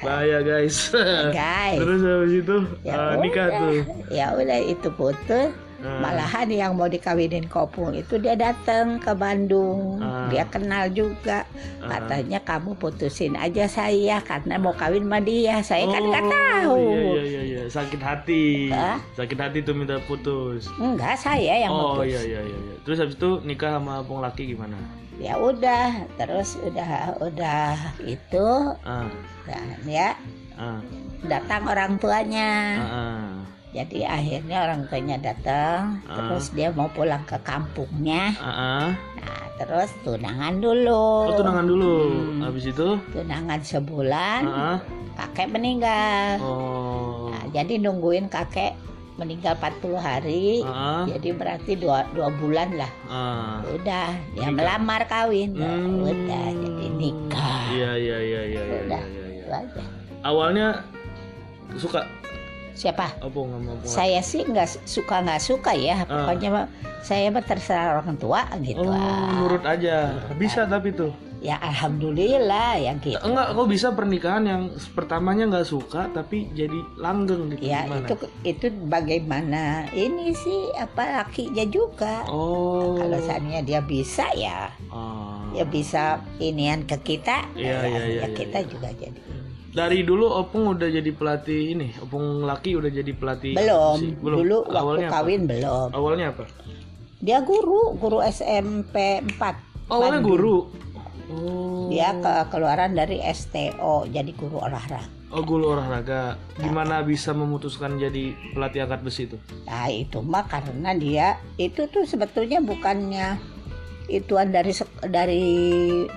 Speaker 1: Bahaya, guys.
Speaker 2: Guys.
Speaker 1: Eh, Terus habis itu ah, nikah
Speaker 2: Ya udah.
Speaker 1: tuh.
Speaker 2: Ya udah itu putus.
Speaker 1: Hmm.
Speaker 2: Malahan yang mau dikawinin kopung itu dia datang ke Bandung.
Speaker 1: Hmm.
Speaker 2: Dia kenal juga.
Speaker 1: Hmm.
Speaker 2: Katanya kamu putusin aja saya karena mau kawin sama dia. Saya kan nggak
Speaker 1: Oh,
Speaker 2: tahu.
Speaker 1: Iya, iya, iya, iya. Sakit hati.
Speaker 2: Hah?
Speaker 1: Sakit hati tuh minta putus.
Speaker 2: Enggak saya yang
Speaker 1: oh,
Speaker 2: putus.
Speaker 1: iya, iya, iya. iya. Terus habis itu nikah sama pung laki gimana?
Speaker 2: Ya udah, terus udah udah itu
Speaker 1: Ah,
Speaker 2: dan ya
Speaker 1: ah,
Speaker 2: datang orang tuanya
Speaker 1: ah, ah.
Speaker 2: jadi akhirnya orang tuanya datang
Speaker 1: Ah.
Speaker 2: terus dia mau pulang ke kampungnya
Speaker 1: Ah, ah.
Speaker 2: nah terus tunangan
Speaker 1: Oh,
Speaker 2: dulu
Speaker 1: tunangan dulu.
Speaker 2: Hmm. Kan?
Speaker 1: Habis itu?
Speaker 2: Tunangan sebulan
Speaker 1: Ah, ah.
Speaker 2: kakek meninggal
Speaker 1: Oh.
Speaker 2: Nah, jadi nungguin kakek meninggal 40 hari
Speaker 1: Ah,
Speaker 2: jadi ya. berarti dua, dua bulan lah
Speaker 1: ah.
Speaker 2: udah dia
Speaker 1: Nikah.
Speaker 2: melamar kawin Nah,
Speaker 1: Hmm.
Speaker 2: udah jadi nikah
Speaker 1: Iya, iya, iya, iya, iya,
Speaker 2: Udah.
Speaker 1: iya, iya.
Speaker 2: Itu aja.
Speaker 1: Awalnya suka
Speaker 2: siapa
Speaker 1: apa ngomong
Speaker 2: saya sih nggak suka nggak suka ya pokoknya mah saya mah terserah orang tua
Speaker 1: Ah.
Speaker 2: gitu
Speaker 1: Oh,
Speaker 2: ah.
Speaker 1: nurut aja. Bisa tapi tuh.
Speaker 2: ya alhamdulillah ya gitu
Speaker 1: Enggak, kok bisa pernikahan yang pertamanya nggak suka tapi jadi langgeng gitu
Speaker 2: ya
Speaker 1: gimana?
Speaker 2: itu itu bagaimana ini sih apa lakinya juga
Speaker 1: Oh.
Speaker 2: kalau seandainya dia bisa ya
Speaker 1: Ah.
Speaker 2: ya bisa inian ke kita
Speaker 1: Iya, iya,
Speaker 2: ya,
Speaker 1: iya,
Speaker 2: ya
Speaker 1: iya,
Speaker 2: kita
Speaker 1: iya.
Speaker 2: juga jadi
Speaker 1: Dari dulu Opung udah jadi pelatih ini, Opung laki udah jadi pelatih.
Speaker 2: belum,
Speaker 1: sih?
Speaker 2: dulu waktu
Speaker 1: Iya, Awalnya apa?
Speaker 2: kawin belum
Speaker 1: Awalnya apa?
Speaker 2: dia guru guru SMP 4
Speaker 1: Awalnya
Speaker 2: Bandung.
Speaker 1: guru. Oh.
Speaker 2: dia Iya, ke- keluaran dari STO jadi guru olahraga
Speaker 1: Oh, guru olahraga. Gimana bisa memutuskan jadi pelatih angkat besi itu?
Speaker 2: Nah itu mah karena dia itu tuh sebetulnya bukannya ituan dari sek- dari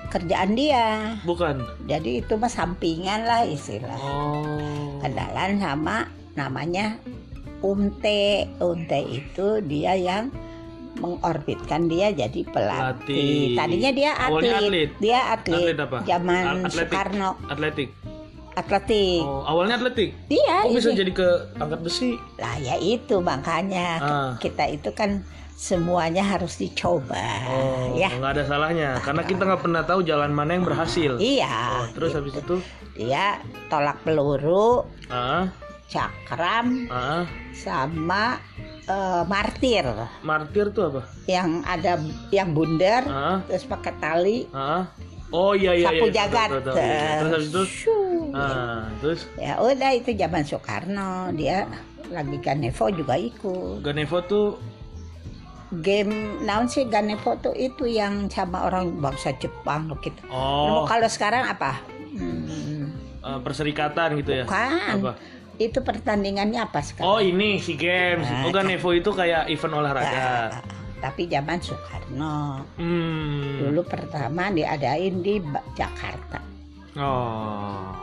Speaker 2: kerjaan dia.
Speaker 1: Bukan.
Speaker 2: Jadi itu mah sampingan lah istilah.
Speaker 1: Oh.
Speaker 2: Kenalan sama namanya Umte. Umte itu dia yang mengorbitkan dia jadi
Speaker 1: Pelatih.
Speaker 2: pelatih. Tadinya dia
Speaker 1: Awalnya
Speaker 2: atlet.
Speaker 1: atlet.
Speaker 2: Dia atlet.
Speaker 1: Atlet apa?
Speaker 2: Zaman
Speaker 1: A- atletik.
Speaker 2: Soekarno
Speaker 1: Atletik.
Speaker 2: atletik.
Speaker 1: Oh, awalnya atletik.
Speaker 2: Dia
Speaker 1: Kok bisa
Speaker 2: ini.
Speaker 1: jadi ke angkat besi?
Speaker 2: Lah ya itu makanya
Speaker 1: Ah.
Speaker 2: kita itu kan semuanya harus dicoba
Speaker 1: Oh,
Speaker 2: ya.
Speaker 1: nggak ada salahnya karena kita nggak pernah tahu jalan mana yang berhasil.
Speaker 2: Iya.
Speaker 1: Oh, terus habis itu,
Speaker 2: dia tolak peluru,
Speaker 1: ah,
Speaker 2: cakram
Speaker 1: ah,
Speaker 2: sama eh, martir
Speaker 1: martir tuh apa?
Speaker 2: yang ada yang bundar
Speaker 1: Ah,
Speaker 2: terus pakai tali
Speaker 1: ah. Oh iya iya
Speaker 2: sapu
Speaker 1: iya.
Speaker 2: jagat. Iya.
Speaker 1: Tahu, tahu, tahu, iya. Terus habis itu,
Speaker 2: Shoo.
Speaker 1: ah, terus
Speaker 2: Ya udah itu zaman Soekarno dia lagi Ganevo juga ikut.
Speaker 1: Ganevo tuh
Speaker 2: Game naon sih Ganevo tuh itu yang sama orang bangsa Jepang loh gitu.
Speaker 1: oh
Speaker 2: Kalau sekarang apa? Hmm,
Speaker 1: eh, perserikatan gitu ya.
Speaker 2: bukan.
Speaker 1: Apa?
Speaker 2: Itu pertandingannya apa sekarang?
Speaker 1: Oh ini si games.
Speaker 2: Nah,
Speaker 1: Oh Ganevo itu kayak event olahraga.
Speaker 2: Ah, tapi zaman Soekarno.
Speaker 1: Hmm.
Speaker 2: Dulu pertama diadain di Ba- Jakarta.
Speaker 1: Oh.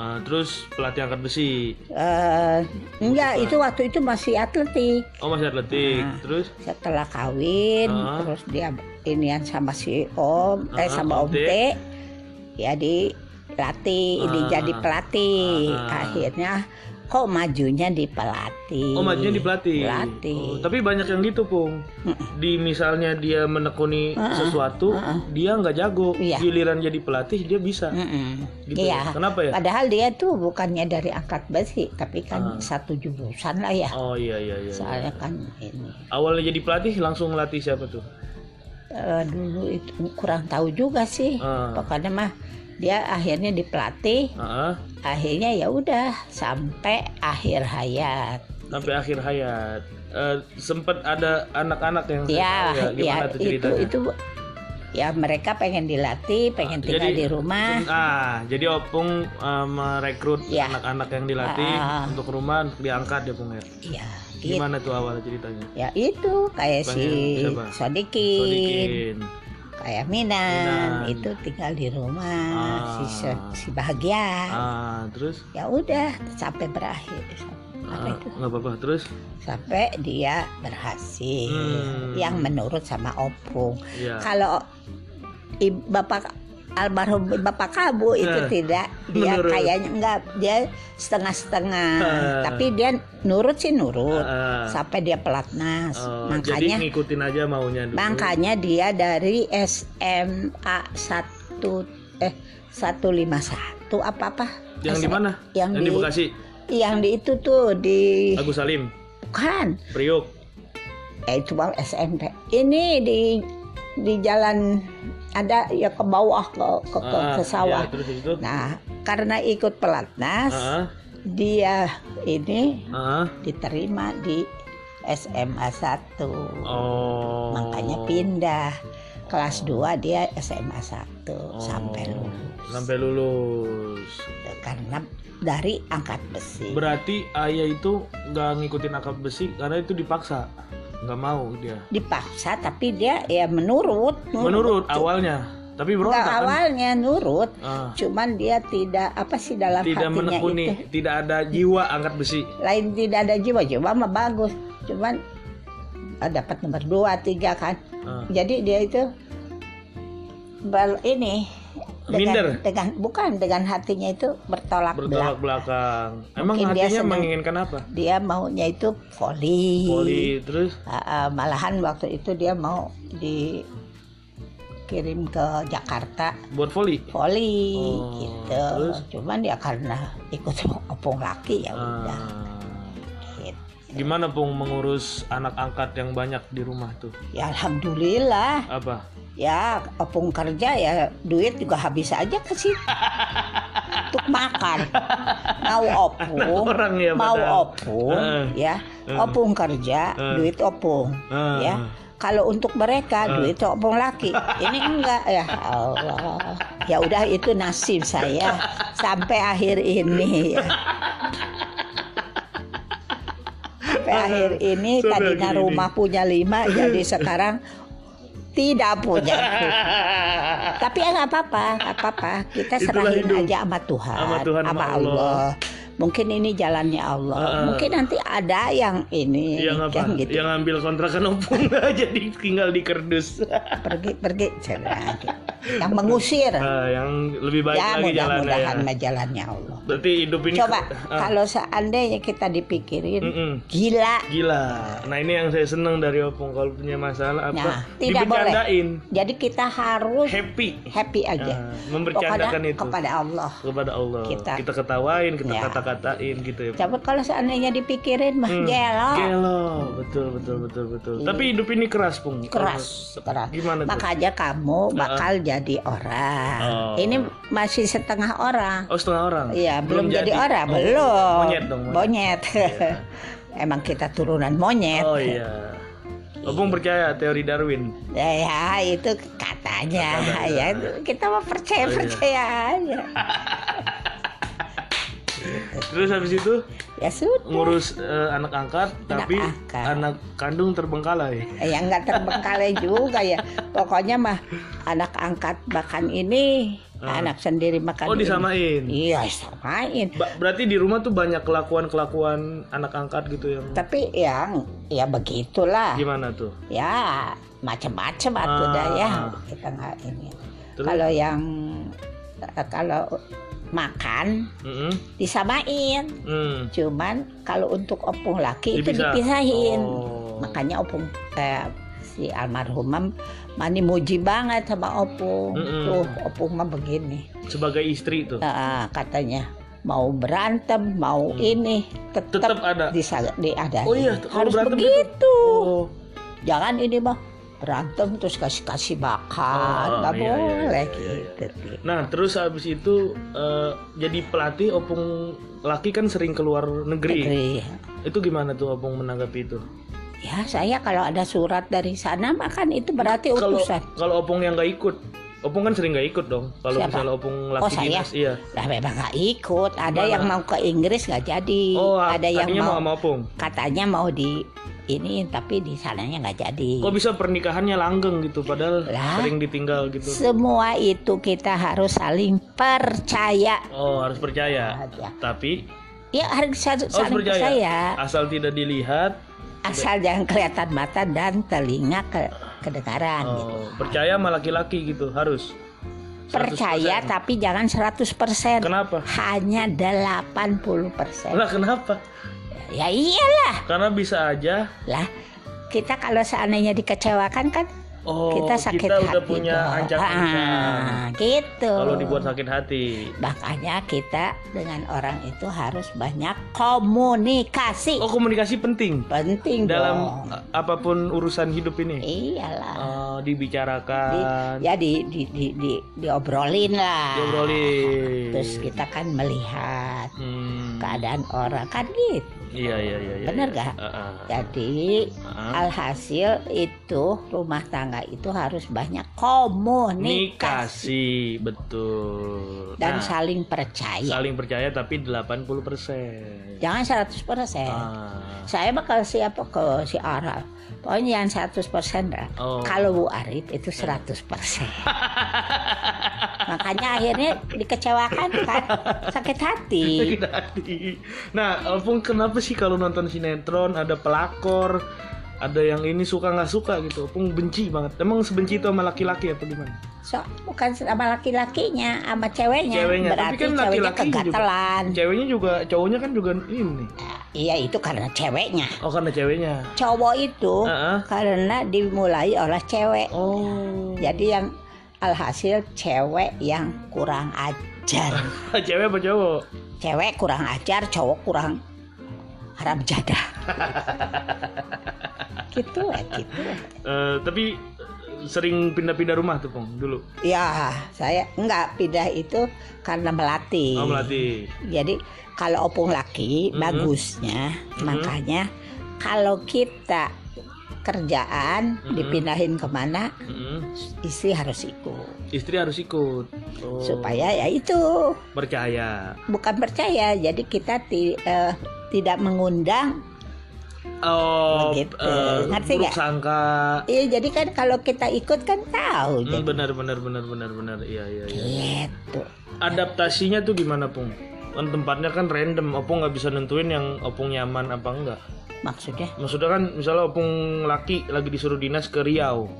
Speaker 1: Ah, terus pelatih angkat besi.
Speaker 2: Eh, enggak, itu waktu itu masih atletik.
Speaker 1: Oh masih atletik.
Speaker 2: Ah.
Speaker 1: Terus
Speaker 2: Setelah kawin,
Speaker 1: Ah.
Speaker 2: terus dia inian sama si Om,
Speaker 1: Ah,
Speaker 2: eh sama
Speaker 1: Om
Speaker 2: Om
Speaker 1: T.
Speaker 2: T. Ya di pelatih,
Speaker 1: Ah.
Speaker 2: dijadi pelatih.
Speaker 1: Ah.
Speaker 2: Akhirnya kok majunya di pelatih.
Speaker 1: Oh majunya di pelatih.
Speaker 2: Pelatih.
Speaker 1: Oh, tapi banyak yang gitu pung. Di misalnya dia menekuni sesuatu, dia nggak jago.
Speaker 2: Iya.
Speaker 1: Giliran jadi pelatih dia bisa.
Speaker 2: Mm-mm.
Speaker 1: Gitu. ya?
Speaker 2: Iya.
Speaker 1: Kenapa ya?
Speaker 2: Padahal dia tuh bukannya dari angkat besi, tapi kan satu jurusan lah ya.
Speaker 1: Oh Ah. iya iya iya.
Speaker 2: Soalnya kan ini
Speaker 1: Awalnya jadi pelatih langsung ngelatih siapa tuh?
Speaker 2: eh, dulu itu kurang tahu juga sih.
Speaker 1: Ah.
Speaker 2: Pokoknya mah dia akhirnya dipelatih,
Speaker 1: Ah, ah.
Speaker 2: akhirnya ya udah sampai akhir hayat.
Speaker 1: sampai akhir hayat. sempat ada anak-anak yang saya tahu
Speaker 2: Ya, ya
Speaker 1: Gimana tuh
Speaker 2: itu
Speaker 1: ceritanya?
Speaker 2: itu ya mereka pengen dilatih, pengen tinggal di rumah.
Speaker 1: Ah, jadi Opung eh, merekrut
Speaker 2: Iya.
Speaker 1: anak-anak yang dilatih
Speaker 2: Ah.
Speaker 1: untuk rumah untuk diangkat ya, Pung ya.
Speaker 2: Iya. gitu.
Speaker 1: Gimana tuh awalnya ceritanya?
Speaker 2: Ya itu kayak si
Speaker 1: Siapa?
Speaker 2: Sodikin,
Speaker 1: Sodikin.
Speaker 2: kayak Minan,
Speaker 1: Minan.
Speaker 2: itu tinggal di rumah
Speaker 1: Ah.
Speaker 2: si Se- si bahagia.
Speaker 1: Ah, terus
Speaker 2: Ya udah sampai berakhir. Apa
Speaker 1: Ah,
Speaker 2: itu?
Speaker 1: nggak apa-apa terus
Speaker 2: sampai dia berhasil
Speaker 1: Hmm.
Speaker 2: yang menurut sama opung
Speaker 1: ya
Speaker 2: kalau i- bapak almarhum bapak kabu itu
Speaker 1: Eh,
Speaker 2: tidak dia
Speaker 1: menurut.
Speaker 2: kayaknya enggak dia setengah-setengah
Speaker 1: Eh.
Speaker 2: tapi dia nurut sih nurut
Speaker 1: Ah,
Speaker 2: sampai dia pelatnas
Speaker 1: oh, jadi
Speaker 2: makanya
Speaker 1: ngikutin aja maunya dulu
Speaker 2: makanya dia dari SMA 1 eh 151 apa apa
Speaker 1: yang di mana
Speaker 2: yang
Speaker 1: yang di
Speaker 2: di
Speaker 1: Bekasi
Speaker 2: yang di itu tuh di
Speaker 1: Agus Salim
Speaker 2: bukan
Speaker 1: Priuk
Speaker 2: ya itu bang SMP ini di di jalan ada ya ke bawah ke ke, ke,
Speaker 1: Ah,
Speaker 2: ke sawah
Speaker 1: ya, terus itu
Speaker 2: nah karena ikut pelatnas
Speaker 1: Ah.
Speaker 2: dia ini diterima di SMA 1
Speaker 1: oh
Speaker 2: makanya pindah kelas 2 dia SMA 1 sampai lulus
Speaker 1: Oh. Sampai lulus.
Speaker 2: karena dari angkat besi
Speaker 1: Berarti ayah itu nggak ngikutin akap besi karena itu dipaksa. Nggak mau dia.
Speaker 2: dipaksa tapi dia ya menurut
Speaker 1: Menurut awalnya, tapi
Speaker 2: Nggak,
Speaker 1: berontak kan?
Speaker 2: awalnya nurut
Speaker 1: Ah,
Speaker 2: cuman dia tidak apa sih dalam
Speaker 1: tidak
Speaker 2: hatinya itu
Speaker 1: menekuni, tidak ada jiwa angkat besi.
Speaker 2: lain tidak ada jiwa jiwa mah bagus cuman eh, dapat nomor dua tiga kan
Speaker 1: Ah.
Speaker 2: jadi dia itu bal ini
Speaker 1: Minder.
Speaker 2: dengan, dengan bukan dengan hatinya itu bertolak, belakang
Speaker 1: bertolak belakang. Emang
Speaker 2: Mungkin dia
Speaker 1: hatinya
Speaker 2: senang.
Speaker 1: menginginkan apa?
Speaker 2: dia maunya itu voli,
Speaker 1: Poli terus
Speaker 2: Ah, ah, malahan waktu itu dia mau dikirim ke Jakarta
Speaker 1: buat voli.
Speaker 2: voli
Speaker 1: Oh,
Speaker 2: gitu
Speaker 1: terus?
Speaker 2: cuman ya karena ikut (laughs) opung laki ya udah
Speaker 1: Ah,
Speaker 2: gitu.
Speaker 1: gimana pung mengurus anak angkat yang banyak di rumah tuh?
Speaker 2: ya alhamdulillah
Speaker 1: Apa?
Speaker 2: ya opung kerja ya duit juga habis aja ke sih untuk makan
Speaker 1: (laughs)
Speaker 2: mau opung
Speaker 1: orang ya,
Speaker 2: mau
Speaker 1: padahal. Eh,
Speaker 2: opung
Speaker 1: Heeh.
Speaker 2: ya
Speaker 1: Heeh.
Speaker 2: opung kerja
Speaker 1: Heeh.
Speaker 2: duit opung
Speaker 1: Ah,
Speaker 2: ya kalau untuk
Speaker 1: Eh.
Speaker 2: mereka duit opung laki ini enggak ya Allah ya udah itu nasib saya sampai akhir ini ya. sampai akhir
Speaker 1: Eh,
Speaker 2: ini
Speaker 1: Sampai
Speaker 2: tadinya
Speaker 1: akhir ini.
Speaker 2: rumah punya lima
Speaker 1: (laughs)
Speaker 2: jadi sekarang tidak punya tapi ya nggak apa-apa, nggak apa-apa. Kita
Speaker 1: Itulah
Speaker 2: serahin
Speaker 1: hidup.
Speaker 2: aja sama Tuhan,
Speaker 1: Sama Tuhan, sama
Speaker 2: Allah.
Speaker 1: Allah.
Speaker 2: Mungkin ini jalannya Allah.
Speaker 1: Heeh. Ya,
Speaker 2: Mungkin nanti ada yang ini,
Speaker 1: yang apa?
Speaker 2: kan gitu.
Speaker 1: Iya, Yang ambil kontrakan (laughs) opung jadi tinggal di
Speaker 2: (laughs)
Speaker 1: kerdus.
Speaker 2: Pergi, pergi, cerah, gitu. Yang mengusir.
Speaker 1: Ah, yang lebih baik
Speaker 2: ya
Speaker 1: lagi jalannya.
Speaker 2: mudah-mudahan
Speaker 1: ya.
Speaker 2: mah jalannya Allah.
Speaker 1: Berarti hidup ini
Speaker 2: Coba
Speaker 1: Ah,
Speaker 2: kalau seandainya kita dipikirin,
Speaker 1: mm-mm.
Speaker 2: gila,
Speaker 1: Gila. Nah ini yang saya seneng dari opung kalau punya masalah apa?
Speaker 2: Nah, tidak boleh.
Speaker 1: dibercandain.
Speaker 2: jadi kita harus
Speaker 1: Happy.
Speaker 2: happy aja.
Speaker 1: Ah,
Speaker 2: kepada,
Speaker 1: membercandakan itu.
Speaker 2: kepada Allah.
Speaker 1: kepada Allah
Speaker 2: Kita.
Speaker 1: kita, ketawain kita
Speaker 2: Ya.
Speaker 1: kata-katain gitu ya
Speaker 2: Coba kalau seandainya dipikirin mah
Speaker 1: Hmm,
Speaker 2: gelo. Iya.
Speaker 1: gelo betul betul betul betul tapi hidup ini keras pung
Speaker 2: keras keras
Speaker 1: gimana tuh?
Speaker 2: makanya kamu bakal jadi orang
Speaker 1: Oh.
Speaker 2: ini masih setengah orang
Speaker 1: oh setengah orang
Speaker 2: Iya belum, jadi, orang
Speaker 1: Oh,
Speaker 2: belum
Speaker 1: monyet dong monyet. Iya.
Speaker 2: Monyet. (laughs) emang kita turunan monyet
Speaker 1: oh iya Opung percaya teori Darwin
Speaker 2: ya, ya, itu katanya (laughs) ya kita mau
Speaker 1: iya.
Speaker 2: percaya
Speaker 1: Oh, iya.
Speaker 2: percaya aja
Speaker 1: terus habis itu
Speaker 2: ya sudah
Speaker 1: ngurus eh, anak angkat tapi
Speaker 2: angkat.
Speaker 1: anak kandung terbengkalai
Speaker 2: ya nggak
Speaker 1: (laughs)
Speaker 2: terbengkalai juga ya pokoknya mah anak angkat makan ini anak sendiri makan
Speaker 1: oh
Speaker 2: ini.
Speaker 1: disamain
Speaker 2: iya samain
Speaker 1: Ba- berarti di rumah tuh banyak kelakuan kelakuan anak angkat gitu yang
Speaker 2: tapi yang ya begitulah
Speaker 1: gimana tuh
Speaker 2: ya macam-macam atau
Speaker 1: Ah.
Speaker 2: dah ya kita nggak ini
Speaker 1: Terus?
Speaker 2: kalau yang eh, kalau makan
Speaker 1: Mm-mm.
Speaker 2: disamain
Speaker 1: Hmm.
Speaker 2: cuman kalau untuk opung laki itu
Speaker 1: Dipisah.
Speaker 2: dipisahin
Speaker 1: Oh.
Speaker 2: makanya opung eh, si almarhumam mani muji banget sama opung
Speaker 1: Mm-mm.
Speaker 2: tuh opung mah begini
Speaker 1: sebagai istri tuh
Speaker 2: Ah, katanya mau berantem mau ini tetap,
Speaker 1: tetap ada
Speaker 2: bisa diadain
Speaker 1: Mm. Oh iya, kalau
Speaker 2: harus
Speaker 1: berantem itu-
Speaker 2: begitu
Speaker 1: oh
Speaker 2: jangan ini mah berantem terus kasih kasih
Speaker 1: Oh,
Speaker 2: makan nggak
Speaker 1: iya, iya,
Speaker 2: boleh
Speaker 1: iya, iya,
Speaker 2: gitu Ti.
Speaker 1: Nah, terus habis itu eh, jadi pelatih opung laki kan sering keluar negeri.
Speaker 2: Negeri.
Speaker 1: Itu gimana tuh opung menanggapi itu?
Speaker 2: ya saya kalau ada surat dari sana makan itu berarti
Speaker 1: Kalau
Speaker 2: utusan
Speaker 1: kalau opung yang nggak ikut, opung kan sering nggak ikut dong. Kalau
Speaker 2: Siapa?
Speaker 1: misalnya opung
Speaker 2: Oh,
Speaker 1: laki
Speaker 2: saya?
Speaker 1: dinas, iya.
Speaker 2: lah memang nggak ikut ada
Speaker 1: Mana?
Speaker 2: yang mau ke Inggris nggak jadi
Speaker 1: Oh,
Speaker 2: ada yang
Speaker 1: tadinya
Speaker 2: mau
Speaker 1: sama opung.
Speaker 2: katanya mau di ini tapi di sananya nggak jadi
Speaker 1: Kok bisa pernikahannya langgeng gitu, padahal
Speaker 2: Lah.
Speaker 1: sering ditinggal gitu.
Speaker 2: semua itu kita harus saling percaya
Speaker 1: Oh, harus percaya.
Speaker 2: Aja.
Speaker 1: Tapi
Speaker 2: ya harus sa-
Speaker 1: harus
Speaker 2: Iya. saling
Speaker 1: percaya.
Speaker 2: percaya
Speaker 1: asal tidak dilihat,
Speaker 2: asal jangan kelihatan mata dan telinga ke kedengaran gitu.
Speaker 1: oh, percaya sama laki-laki gitu, harus. 100%.
Speaker 2: percaya tapi jangan 100%
Speaker 1: Kenapa?
Speaker 2: hanya 80%
Speaker 1: Lah kenapa?
Speaker 2: ya iyalah
Speaker 1: Karena bisa aja
Speaker 2: lah kita kalau seandainya dikecewakan kan
Speaker 1: Oh,
Speaker 2: kita sakit hati
Speaker 1: udah punya
Speaker 2: dong.
Speaker 1: ancang-ancang.
Speaker 2: Ah, gitu
Speaker 1: Kalau dibuat sakit hati.
Speaker 2: makanya kita dengan orang itu harus banyak komunikasi
Speaker 1: Oh, komunikasi penting
Speaker 2: penting
Speaker 1: dalam
Speaker 2: dong
Speaker 1: uh, apapun urusan hidup ini.
Speaker 2: iyalah
Speaker 1: Oh,
Speaker 2: Di-
Speaker 1: dibicarakan,
Speaker 2: ya Iya. di, di, di, di- diobrolin lah
Speaker 1: diobrolin.
Speaker 2: gitu. terus kita kan melihat
Speaker 1: Hmm.
Speaker 2: keadaan orang kan gitu
Speaker 1: Iya iya iya. iya,
Speaker 2: Bener
Speaker 1: iya.
Speaker 2: nggak? Ya,
Speaker 1: Heeh.
Speaker 2: Jadi
Speaker 1: Heeh.
Speaker 2: alhasil itu rumah tangga itu harus banyak komunikasi
Speaker 1: Nikasi betul.
Speaker 2: dan iya.
Speaker 1: Nah,
Speaker 2: saling percaya.
Speaker 1: saling percaya tapi 80 persen.
Speaker 2: Jangan 100%.
Speaker 1: Ah.
Speaker 2: Saya bakal siapa ke si Aral. Pokoknya yang 100% dah.
Speaker 1: Oh.
Speaker 2: Kalau Bu Arif itu 100%.
Speaker 1: (laughs)
Speaker 2: Makanya akhirnya dikecewakan kan. Sakit hati.
Speaker 1: Sakit hati. Nah, Alfung kenapa sih kalau nonton sinetron ada pelakor, ada yang ini suka nggak suka gitu, Alfung benci banget. Emang sebenci itu sama laki-laki atau gimana?
Speaker 2: So, bukan sama laki-lakinya, sama ceweknya.
Speaker 1: Ceweknya, tapi
Speaker 2: Iya, Berarti
Speaker 1: kan
Speaker 2: ceweknya
Speaker 1: laki-laki juga.
Speaker 2: kegatelan.
Speaker 1: Ceweknya juga, cowoknya kan juga ini.
Speaker 2: Nah, Iya, itu karena ceweknya.
Speaker 1: Oh karena ceweknya. Ah,
Speaker 2: Cowok itu
Speaker 1: Heeh.
Speaker 2: karena dimulai oleh cewek.
Speaker 1: Oh.
Speaker 2: Jadi yang alhasil cewek yang kurang ajar.
Speaker 1: (laughs) Cewek apa cowok?
Speaker 2: Cewek kurang ajar, cowok kurang haram jadah. gitu lah, gitu. lah.
Speaker 1: Eh, tapi eh, sering pindah-pindah rumah tuh Pong dulu.
Speaker 2: Ya, saya enggak pindah itu karena melatih.
Speaker 1: Oh melatih.
Speaker 2: Jadi kalau opung laki
Speaker 1: Mhm.
Speaker 2: bagusnya makanya kalau kita kerjaan
Speaker 1: Mhm.
Speaker 2: dipindahin kemana
Speaker 1: Mm-mm.
Speaker 2: istri harus ikut
Speaker 1: Istri harus ikut. Oh,
Speaker 2: supaya ya itu
Speaker 1: percaya.
Speaker 2: bukan percaya jadi kita ti- eh, tidak mengundang
Speaker 1: Oh,
Speaker 2: Begitu.
Speaker 1: eh,
Speaker 2: Ngerti
Speaker 1: buruk
Speaker 2: nggak?
Speaker 1: sangka.
Speaker 2: iya jadi kan kalau kita ikut kan tahu
Speaker 1: Hmm, benar benar benar benar benar. Iya iya
Speaker 2: jadi
Speaker 1: iya.
Speaker 2: gitu
Speaker 1: Adaptasinya tuh gimana Pong? Kan tempatnya kan random, Opung nggak bisa nentuin yang Opung nyaman apa enggak.
Speaker 2: maksudnya
Speaker 1: Maksudnya kan misalnya opung laki lagi disuruh dinas ke Riau.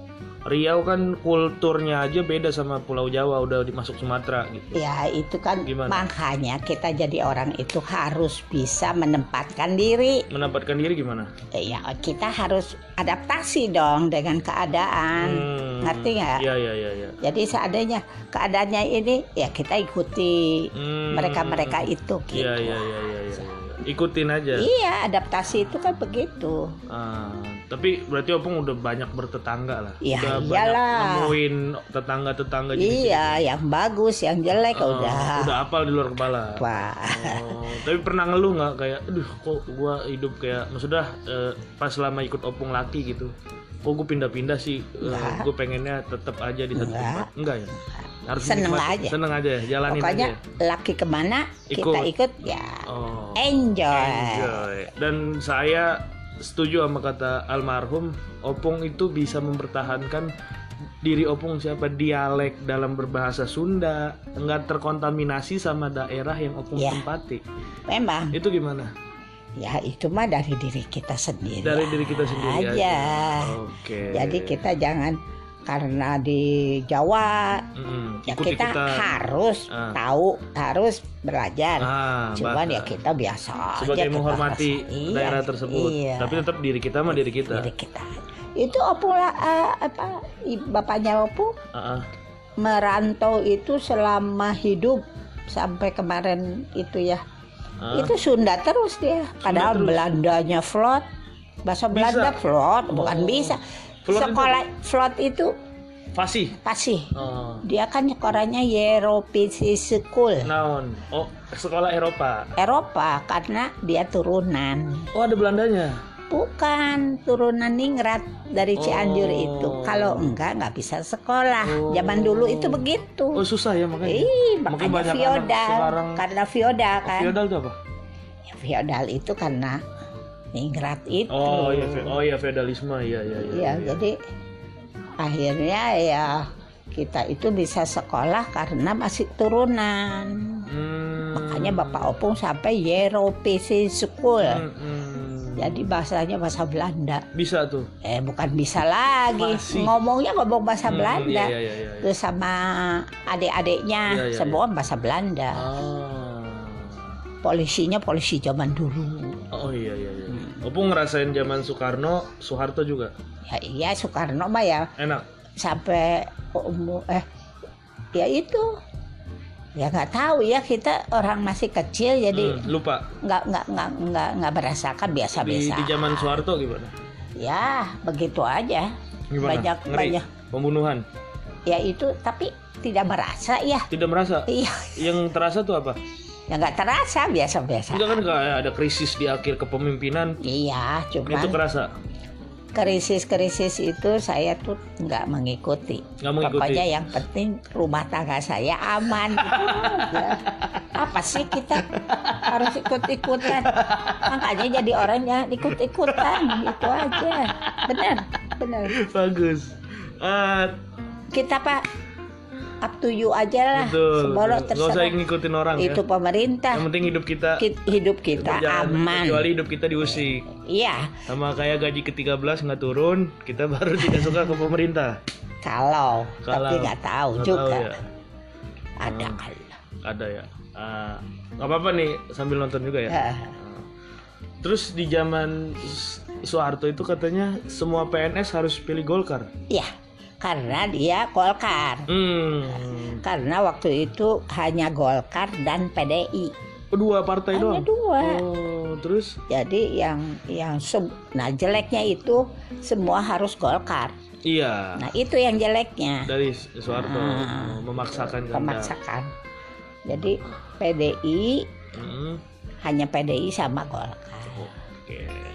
Speaker 1: Riau kan kulturnya aja beda sama Pulau Jawa udah dimasuk Sumatera gitu.
Speaker 2: ya itu kan
Speaker 1: Gimana?
Speaker 2: makanya kita jadi orang itu harus bisa menempatkan diri
Speaker 1: Menempatkan diri gimana?
Speaker 2: ya kita harus adaptasi dong dengan keadaan.
Speaker 1: Hmm,
Speaker 2: ngerti nggak?
Speaker 1: Iya iya iya. iya.
Speaker 2: Jadi seandainya keadaannya ini ya kita ikuti
Speaker 1: Hmm,
Speaker 2: mereka-mereka itu gitu.
Speaker 1: Iya iya iya iya. iya. Ikutin aja.
Speaker 2: Iya, adaptasi itu kan begitu.
Speaker 1: Ah, tapi berarti opung udah banyak bertetangga lah.
Speaker 2: Ya,
Speaker 1: udah
Speaker 2: iyalah.
Speaker 1: banyak nemuin tetangga-tetangga jenis
Speaker 2: iya, yang bagus, yang jelek
Speaker 1: Ah,
Speaker 2: udah.
Speaker 1: udah apal di luar kepala.
Speaker 2: Wah,
Speaker 1: Oh, tapi pernah ngeluh nggak kayak, aduh kok gua hidup kayak, maksudnya eh, pas lama ikut opung laki gitu, kok gue pindah-pindah sih, eh,
Speaker 2: Nggak.
Speaker 1: gue pengennya tetap aja di satu
Speaker 2: Nggak.
Speaker 1: tempat, enggak ya? Harus
Speaker 2: Seneng
Speaker 1: menikmati.
Speaker 2: aja.
Speaker 1: seneng aja, ya, jalanin
Speaker 2: pokoknya
Speaker 1: aja.
Speaker 2: laki kemana kita ikut ya.
Speaker 1: Oh,
Speaker 2: Enjoy.
Speaker 1: enjoy. Dan saya setuju sama kata almarhum, opung itu bisa mempertahankan diri opung siapa dialek dalam berbahasa Sunda nggak terkontaminasi sama daerah yang opung
Speaker 2: Iya.
Speaker 1: tempati
Speaker 2: Memang
Speaker 1: itu gimana
Speaker 2: ya itu mah dari diri kita sendiri.
Speaker 1: dari diri kita sendiri aja.
Speaker 2: aja.
Speaker 1: Oke.
Speaker 2: Jadi kita jangan karena di Jawa
Speaker 1: Mm-mm,
Speaker 2: ya kita
Speaker 1: ikut-ikutan.
Speaker 2: harus
Speaker 1: Ah.
Speaker 2: tahu, harus belajar.
Speaker 1: Ah,
Speaker 2: Cuman
Speaker 1: bah-
Speaker 2: ya kita biasa
Speaker 1: sebagai
Speaker 2: aja
Speaker 1: menghormati
Speaker 2: kebahasa. Iya,
Speaker 1: daerah tersebut.
Speaker 2: Iya.
Speaker 1: Tapi tetap diri kita sama diri kita.
Speaker 2: diri kita. Itu opung lah, eh, apa i- bapaknya opung
Speaker 1: Ah, ah.
Speaker 2: merantau itu selama hidup sampai kemarin itu ya.
Speaker 1: Ah.
Speaker 2: Itu Sunda terus dia. Padahal
Speaker 1: terus.
Speaker 2: Belandanya float. Bahasa
Speaker 1: Bisa.
Speaker 2: Belanda float, bukan
Speaker 1: Oh.
Speaker 2: bisa.
Speaker 1: Vlot itu
Speaker 2: Sekolah float itu
Speaker 1: Fasih.
Speaker 2: pasti
Speaker 1: Oh.
Speaker 2: dia kan sekolahnya European School
Speaker 1: Naon. Oh, sekolah Eropa.
Speaker 2: Eropa karena dia turunan
Speaker 1: Oh, ada Belandanya.
Speaker 2: bukan turunan ningrat dari Cianjur
Speaker 1: Oh.
Speaker 2: itu kalau enggak nggak bisa sekolah
Speaker 1: Oh.
Speaker 2: zaman dulu itu begitu
Speaker 1: Oh, susah ya makanya.
Speaker 2: Ih,
Speaker 1: Makanya
Speaker 2: makanya
Speaker 1: banyak anak
Speaker 2: feodal
Speaker 1: sekarang Oh,
Speaker 2: karena feodal Iya, kan
Speaker 1: Feodal itu apa?
Speaker 2: Ya, feodal itu karena ningrat itu
Speaker 1: Oh, iya, fe- oh iya feodalisme. Iya, iya, iya.
Speaker 2: Iya, jadi akhirnya ya kita itu bisa sekolah karena masih turunan
Speaker 1: Hmm.
Speaker 2: Makanya Bapak Opung sampai Yero PC School.
Speaker 1: Hmm, hmm.
Speaker 2: Jadi bahasanya bahasa Belanda.
Speaker 1: bisa tuh.
Speaker 2: Eh bukan bisa lagi.
Speaker 1: Masih.
Speaker 2: Ngomongnya ngomong bahasa
Speaker 1: Hmm,
Speaker 2: Belanda.
Speaker 1: Iya, iya, iya, iya.
Speaker 2: Terus sama adik-adiknya
Speaker 1: Iya, iya,
Speaker 2: semua bahasa Belanda.
Speaker 1: Ah.
Speaker 2: Polisinya polisi zaman dulu.
Speaker 1: Oh iya iya iya.
Speaker 2: Hmm.
Speaker 1: Opung ngerasain zaman Soekarno, Soeharto juga.
Speaker 2: Ya iya Soekarno mah ya
Speaker 1: Enak.
Speaker 2: sampai umur eh ya itu ya nggak tahu ya kita orang masih kecil
Speaker 1: Hmm,
Speaker 2: jadi
Speaker 1: lupa.
Speaker 2: nggak nggak nggak nggak nggak merasakan
Speaker 1: Di,
Speaker 2: biasa-biasa
Speaker 1: di zaman Soeharto gimana?
Speaker 2: ya begitu aja
Speaker 1: Gimana?
Speaker 2: banyak
Speaker 1: Ngeri.
Speaker 2: banyak
Speaker 1: Pembunuhan.
Speaker 2: ya itu tapi tidak merasa ya
Speaker 1: Tidak merasa.
Speaker 2: iya
Speaker 1: Yang terasa tuh apa?
Speaker 2: ya nggak terasa biasa-biasa
Speaker 1: Enggak kan kayak ada krisis di akhir kepemimpinan
Speaker 2: iya cuman
Speaker 1: itu kerasa. (laughs)
Speaker 2: krisis-krisis itu saya tuh nggak mengikuti.
Speaker 1: Nggak mengikuti.
Speaker 2: Pokoknya yang penting rumah tangga saya
Speaker 1: (laughs)
Speaker 2: aman. gitu aja. Apa sih kita harus ikut-ikutan? Makanya jadi orangnya ikut-ikutan gitu aja. Benar, benar.
Speaker 1: Bagus. Ah,
Speaker 2: Kita pak up to you aja lah.
Speaker 1: betul.
Speaker 2: Semboro
Speaker 1: Gak usah
Speaker 2: terserah.
Speaker 1: ngikutin orang
Speaker 2: Itu
Speaker 1: ya.
Speaker 2: pemerintah.
Speaker 1: Yang penting hidup kita
Speaker 2: Ki- Hidup kita
Speaker 1: berjalan, Kecuali
Speaker 2: aman.
Speaker 1: hidup kita diusik.
Speaker 2: Iya,
Speaker 1: Sama kayak gaji ke-13 nggak turun, kita baru tidak suka ke pemerintah.
Speaker 2: kalau, tapi
Speaker 1: Kalau-
Speaker 2: nggak tahu
Speaker 1: Nggak
Speaker 2: juga.
Speaker 1: tahu ya. Hmm.
Speaker 2: Ada kali.
Speaker 1: Ada ya. Ah, nggak apa-apa nih sambil nonton juga ya.
Speaker 2: Ya.
Speaker 1: Terus di zaman S- Soeharto itu katanya semua PNS harus pilih Golkar.
Speaker 2: Iya, karena dia Golkar.
Speaker 1: Hmm.
Speaker 2: Karena waktu itu hanya Golkar dan PDI.
Speaker 1: Oh, Dua partai
Speaker 2: Hanya
Speaker 1: doang.
Speaker 2: dua.
Speaker 1: Oh, terus
Speaker 2: Jadi yang yang se- nah jeleknya itu semua harus Golkar.
Speaker 1: iya.
Speaker 2: Nah, itu yang jeleknya
Speaker 1: dari Soeharto
Speaker 2: Ah.
Speaker 1: memaksakan kehendak.
Speaker 2: pemaksakan. Jadi PDI
Speaker 1: Mm,
Speaker 2: hanya PDI sama Golkar.
Speaker 1: oke.
Speaker 2: Jadi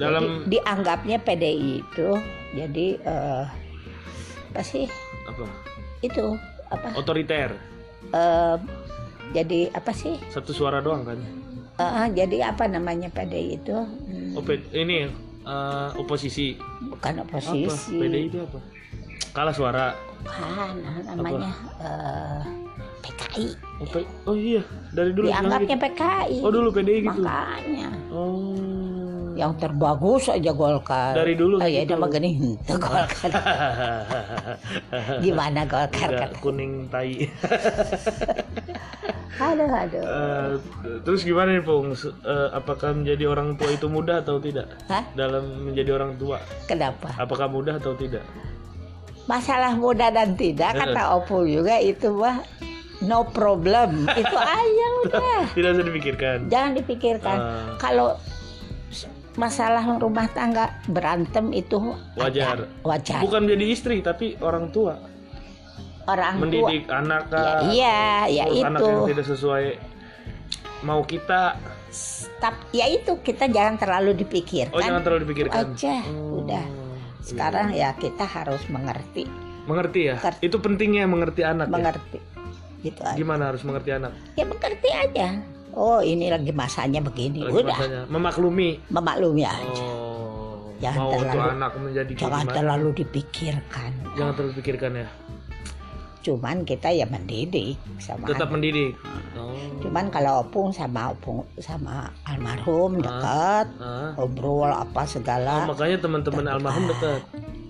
Speaker 1: Dalam
Speaker 2: dianggapnya PDI itu jadi eh, apa sih?
Speaker 1: apa?
Speaker 2: Itu
Speaker 1: Oh.
Speaker 2: apa?
Speaker 1: Otoriter.
Speaker 2: Eh, jadi apa sih?
Speaker 1: Satu suara doang kan.
Speaker 2: Eh, eh, jadi apa namanya PDI itu? Hmm.
Speaker 1: Op ini eh, oposisi. Oh,
Speaker 2: bukan
Speaker 1: Apa?
Speaker 2: oposisi
Speaker 1: PDI itu apa? Kalah suara.
Speaker 2: bukan namanya eh, PKI
Speaker 1: Oh, P- oh iya, dari dulu bilang
Speaker 2: dianggapnya PKI
Speaker 1: gitu. Oh, dulu PDI gitu.
Speaker 2: makanya (laughs)
Speaker 1: Oh.
Speaker 2: yang terbagus aja Golkar
Speaker 1: Dari dulu
Speaker 2: oh, ya
Speaker 1: gitu.
Speaker 2: nama gini henteu
Speaker 1: (laughs)
Speaker 2: Golkar gimana Golkar
Speaker 1: Udah
Speaker 2: kata
Speaker 1: kuning tai.
Speaker 2: aduh aduh
Speaker 1: Eh, terus gimana nih, Pung? Se- eh, apakah menjadi orang tua itu mudah atau tidak?
Speaker 2: Hah?
Speaker 1: Dalam menjadi orang tua,
Speaker 2: kenapa
Speaker 1: apakah mudah atau tidak?
Speaker 2: masalah muda dan tidak
Speaker 1: Eh.
Speaker 2: kata Opung juga itu mah no problem itu aja udah
Speaker 1: Tidak usah dipikirkan.
Speaker 2: jangan dipikirkan
Speaker 1: Eh,
Speaker 2: kalau s- masalah rumah tangga berantem itu
Speaker 1: Wajar.
Speaker 2: ada, wajar
Speaker 1: bukan menjadi istri, tapi orang tua
Speaker 2: orang tua
Speaker 1: mendidik anak
Speaker 2: ya,
Speaker 1: kah,
Speaker 2: iya ya
Speaker 1: terus anak
Speaker 2: itu
Speaker 1: yang tidak sesuai mau kita.
Speaker 2: Tap- ya itu kita jangan terlalu dipikirkan
Speaker 1: Oh, jangan terlalu dipikirkan.
Speaker 2: aja
Speaker 1: Oh,
Speaker 2: Kan udah
Speaker 1: iya.
Speaker 2: sekarang ya kita harus mengerti
Speaker 1: mengerti ya.
Speaker 2: Mengerti.
Speaker 1: Itu pentingnya mengerti anak. ya?
Speaker 2: mengerti gitu aja
Speaker 1: Gimana harus mengerti anak?
Speaker 2: ya mengerti aja oh ini lagi masanya begini
Speaker 1: Lagi
Speaker 2: Ya udah
Speaker 1: masanya. Memaklumi.
Speaker 2: memaklumi aja
Speaker 1: Oh,
Speaker 2: Jangan
Speaker 1: mau tuh
Speaker 2: terlalu-
Speaker 1: anak menjadi kayak
Speaker 2: jangan
Speaker 1: Oh, gimana?
Speaker 2: terlalu dipikirkan
Speaker 1: Jangan terlalu pikirkan ya.
Speaker 2: cuman kita ya mendidik sama
Speaker 1: Tetap mendidik. Oh.
Speaker 2: Cuman kalau opung sama opung sama almarhum dekat,
Speaker 1: Ah.
Speaker 2: ngobrol
Speaker 1: Oh,
Speaker 2: apa segala
Speaker 1: makanya teman-teman
Speaker 2: Terbuka.
Speaker 1: almarhum dekat.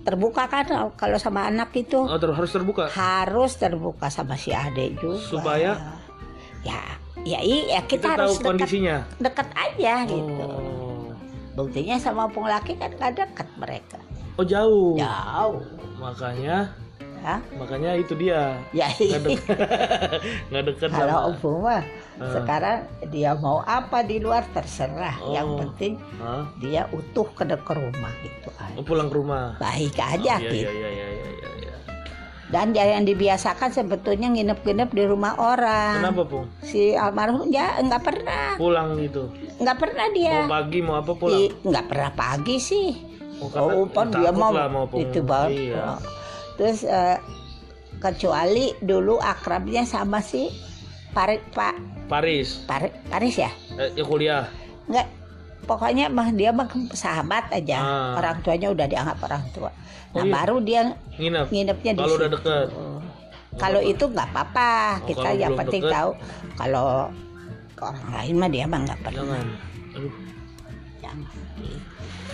Speaker 2: terbuka kan kalau sama anak itu
Speaker 1: Oh, ter- harus terbuka.
Speaker 2: harus terbuka sama si adik juga.
Speaker 1: Supaya?
Speaker 2: ya ya iya kita,
Speaker 1: Kita, tahu
Speaker 2: harus dekat
Speaker 1: kondisinya.
Speaker 2: dekat aja gitu.
Speaker 1: Oh.
Speaker 2: Buktinya sama opung laki kan gak dekat mereka.
Speaker 1: Oh, jauh.
Speaker 2: Ya. Jauh.
Speaker 1: Makanya
Speaker 2: Hah?
Speaker 1: makanya itu dia. (laughs)
Speaker 2: Ya
Speaker 1: Nggak deket, nggak deket sama.
Speaker 2: kalau opung mah
Speaker 1: Ah.
Speaker 2: sekarang dia mau apa di luar terserah. Yang
Speaker 1: Oh.
Speaker 2: penting
Speaker 1: Hah?
Speaker 2: dia utuh ke dekat rumah gitu aja.
Speaker 1: Oh, pulang ke rumah.
Speaker 2: baik
Speaker 1: Oh,
Speaker 2: aja
Speaker 1: iya,
Speaker 2: gitu.
Speaker 1: iya, iya, iya, iya, iya.
Speaker 2: Dan yang dibiasakan sebetulnya nginep-nginep di rumah orang.
Speaker 1: Kenapa, Pung?
Speaker 2: Si almarhum ya nggak pernah,
Speaker 1: Pulang gitu.
Speaker 2: nggak pernah dia.
Speaker 1: Mau pagi mau apa pulang?
Speaker 2: Di- Nggak pernah pagi sih.
Speaker 1: Oh, karena
Speaker 2: Oh, pun dia
Speaker 1: takut
Speaker 2: mau,
Speaker 1: lah mau peng-
Speaker 2: itu Oh. banget.
Speaker 1: Iya.
Speaker 2: Terus eh, kecuali dulu akrabnya sama si Paris Pak
Speaker 1: Paris,
Speaker 2: Pari- Paris ya?
Speaker 1: eh, ya kuliah.
Speaker 2: Nggak pokoknya mah dia mah sahabat aja.
Speaker 1: Ah.
Speaker 2: Orang tuanya udah dianggap orang tua.
Speaker 1: Oh,
Speaker 2: Nah,
Speaker 1: iya.
Speaker 2: baru dia
Speaker 1: nginep
Speaker 2: nginepnya di
Speaker 1: kalau udah
Speaker 2: situ. Oh.
Speaker 1: deket
Speaker 2: Kalau itu nggak apa-apa,
Speaker 1: Oh,
Speaker 2: kita
Speaker 1: kalau
Speaker 2: yang
Speaker 1: belum
Speaker 2: penting
Speaker 1: deket.
Speaker 2: tahu kalau ke orang lain mah dia mah nggak pernah.
Speaker 1: jangan Oh, Aduh.
Speaker 2: Jangan.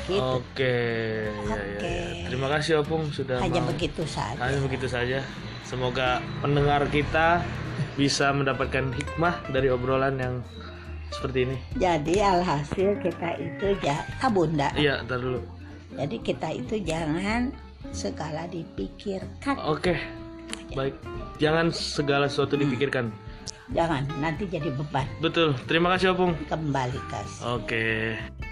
Speaker 2: Gitu.
Speaker 1: oke ya, ya, ya.
Speaker 2: Oke.
Speaker 1: terima kasih opung sudah
Speaker 2: Hanya
Speaker 1: mau
Speaker 2: begitu saja.
Speaker 1: hanya begitu saja semoga pendengar kita bisa mendapatkan hikmah dari obrolan yang seperti ini
Speaker 2: Jadi alhasil kita itu ya ah, bunda.
Speaker 1: iya ntar dulu
Speaker 2: Jadi kita itu jangan segala dipikirkan.
Speaker 1: oke baik jangan segala
Speaker 2: Hmm.
Speaker 1: sesuatu dipikirkan
Speaker 2: Jangan nanti jadi beban
Speaker 1: betul terima kasih opung
Speaker 2: kembali ke
Speaker 1: oke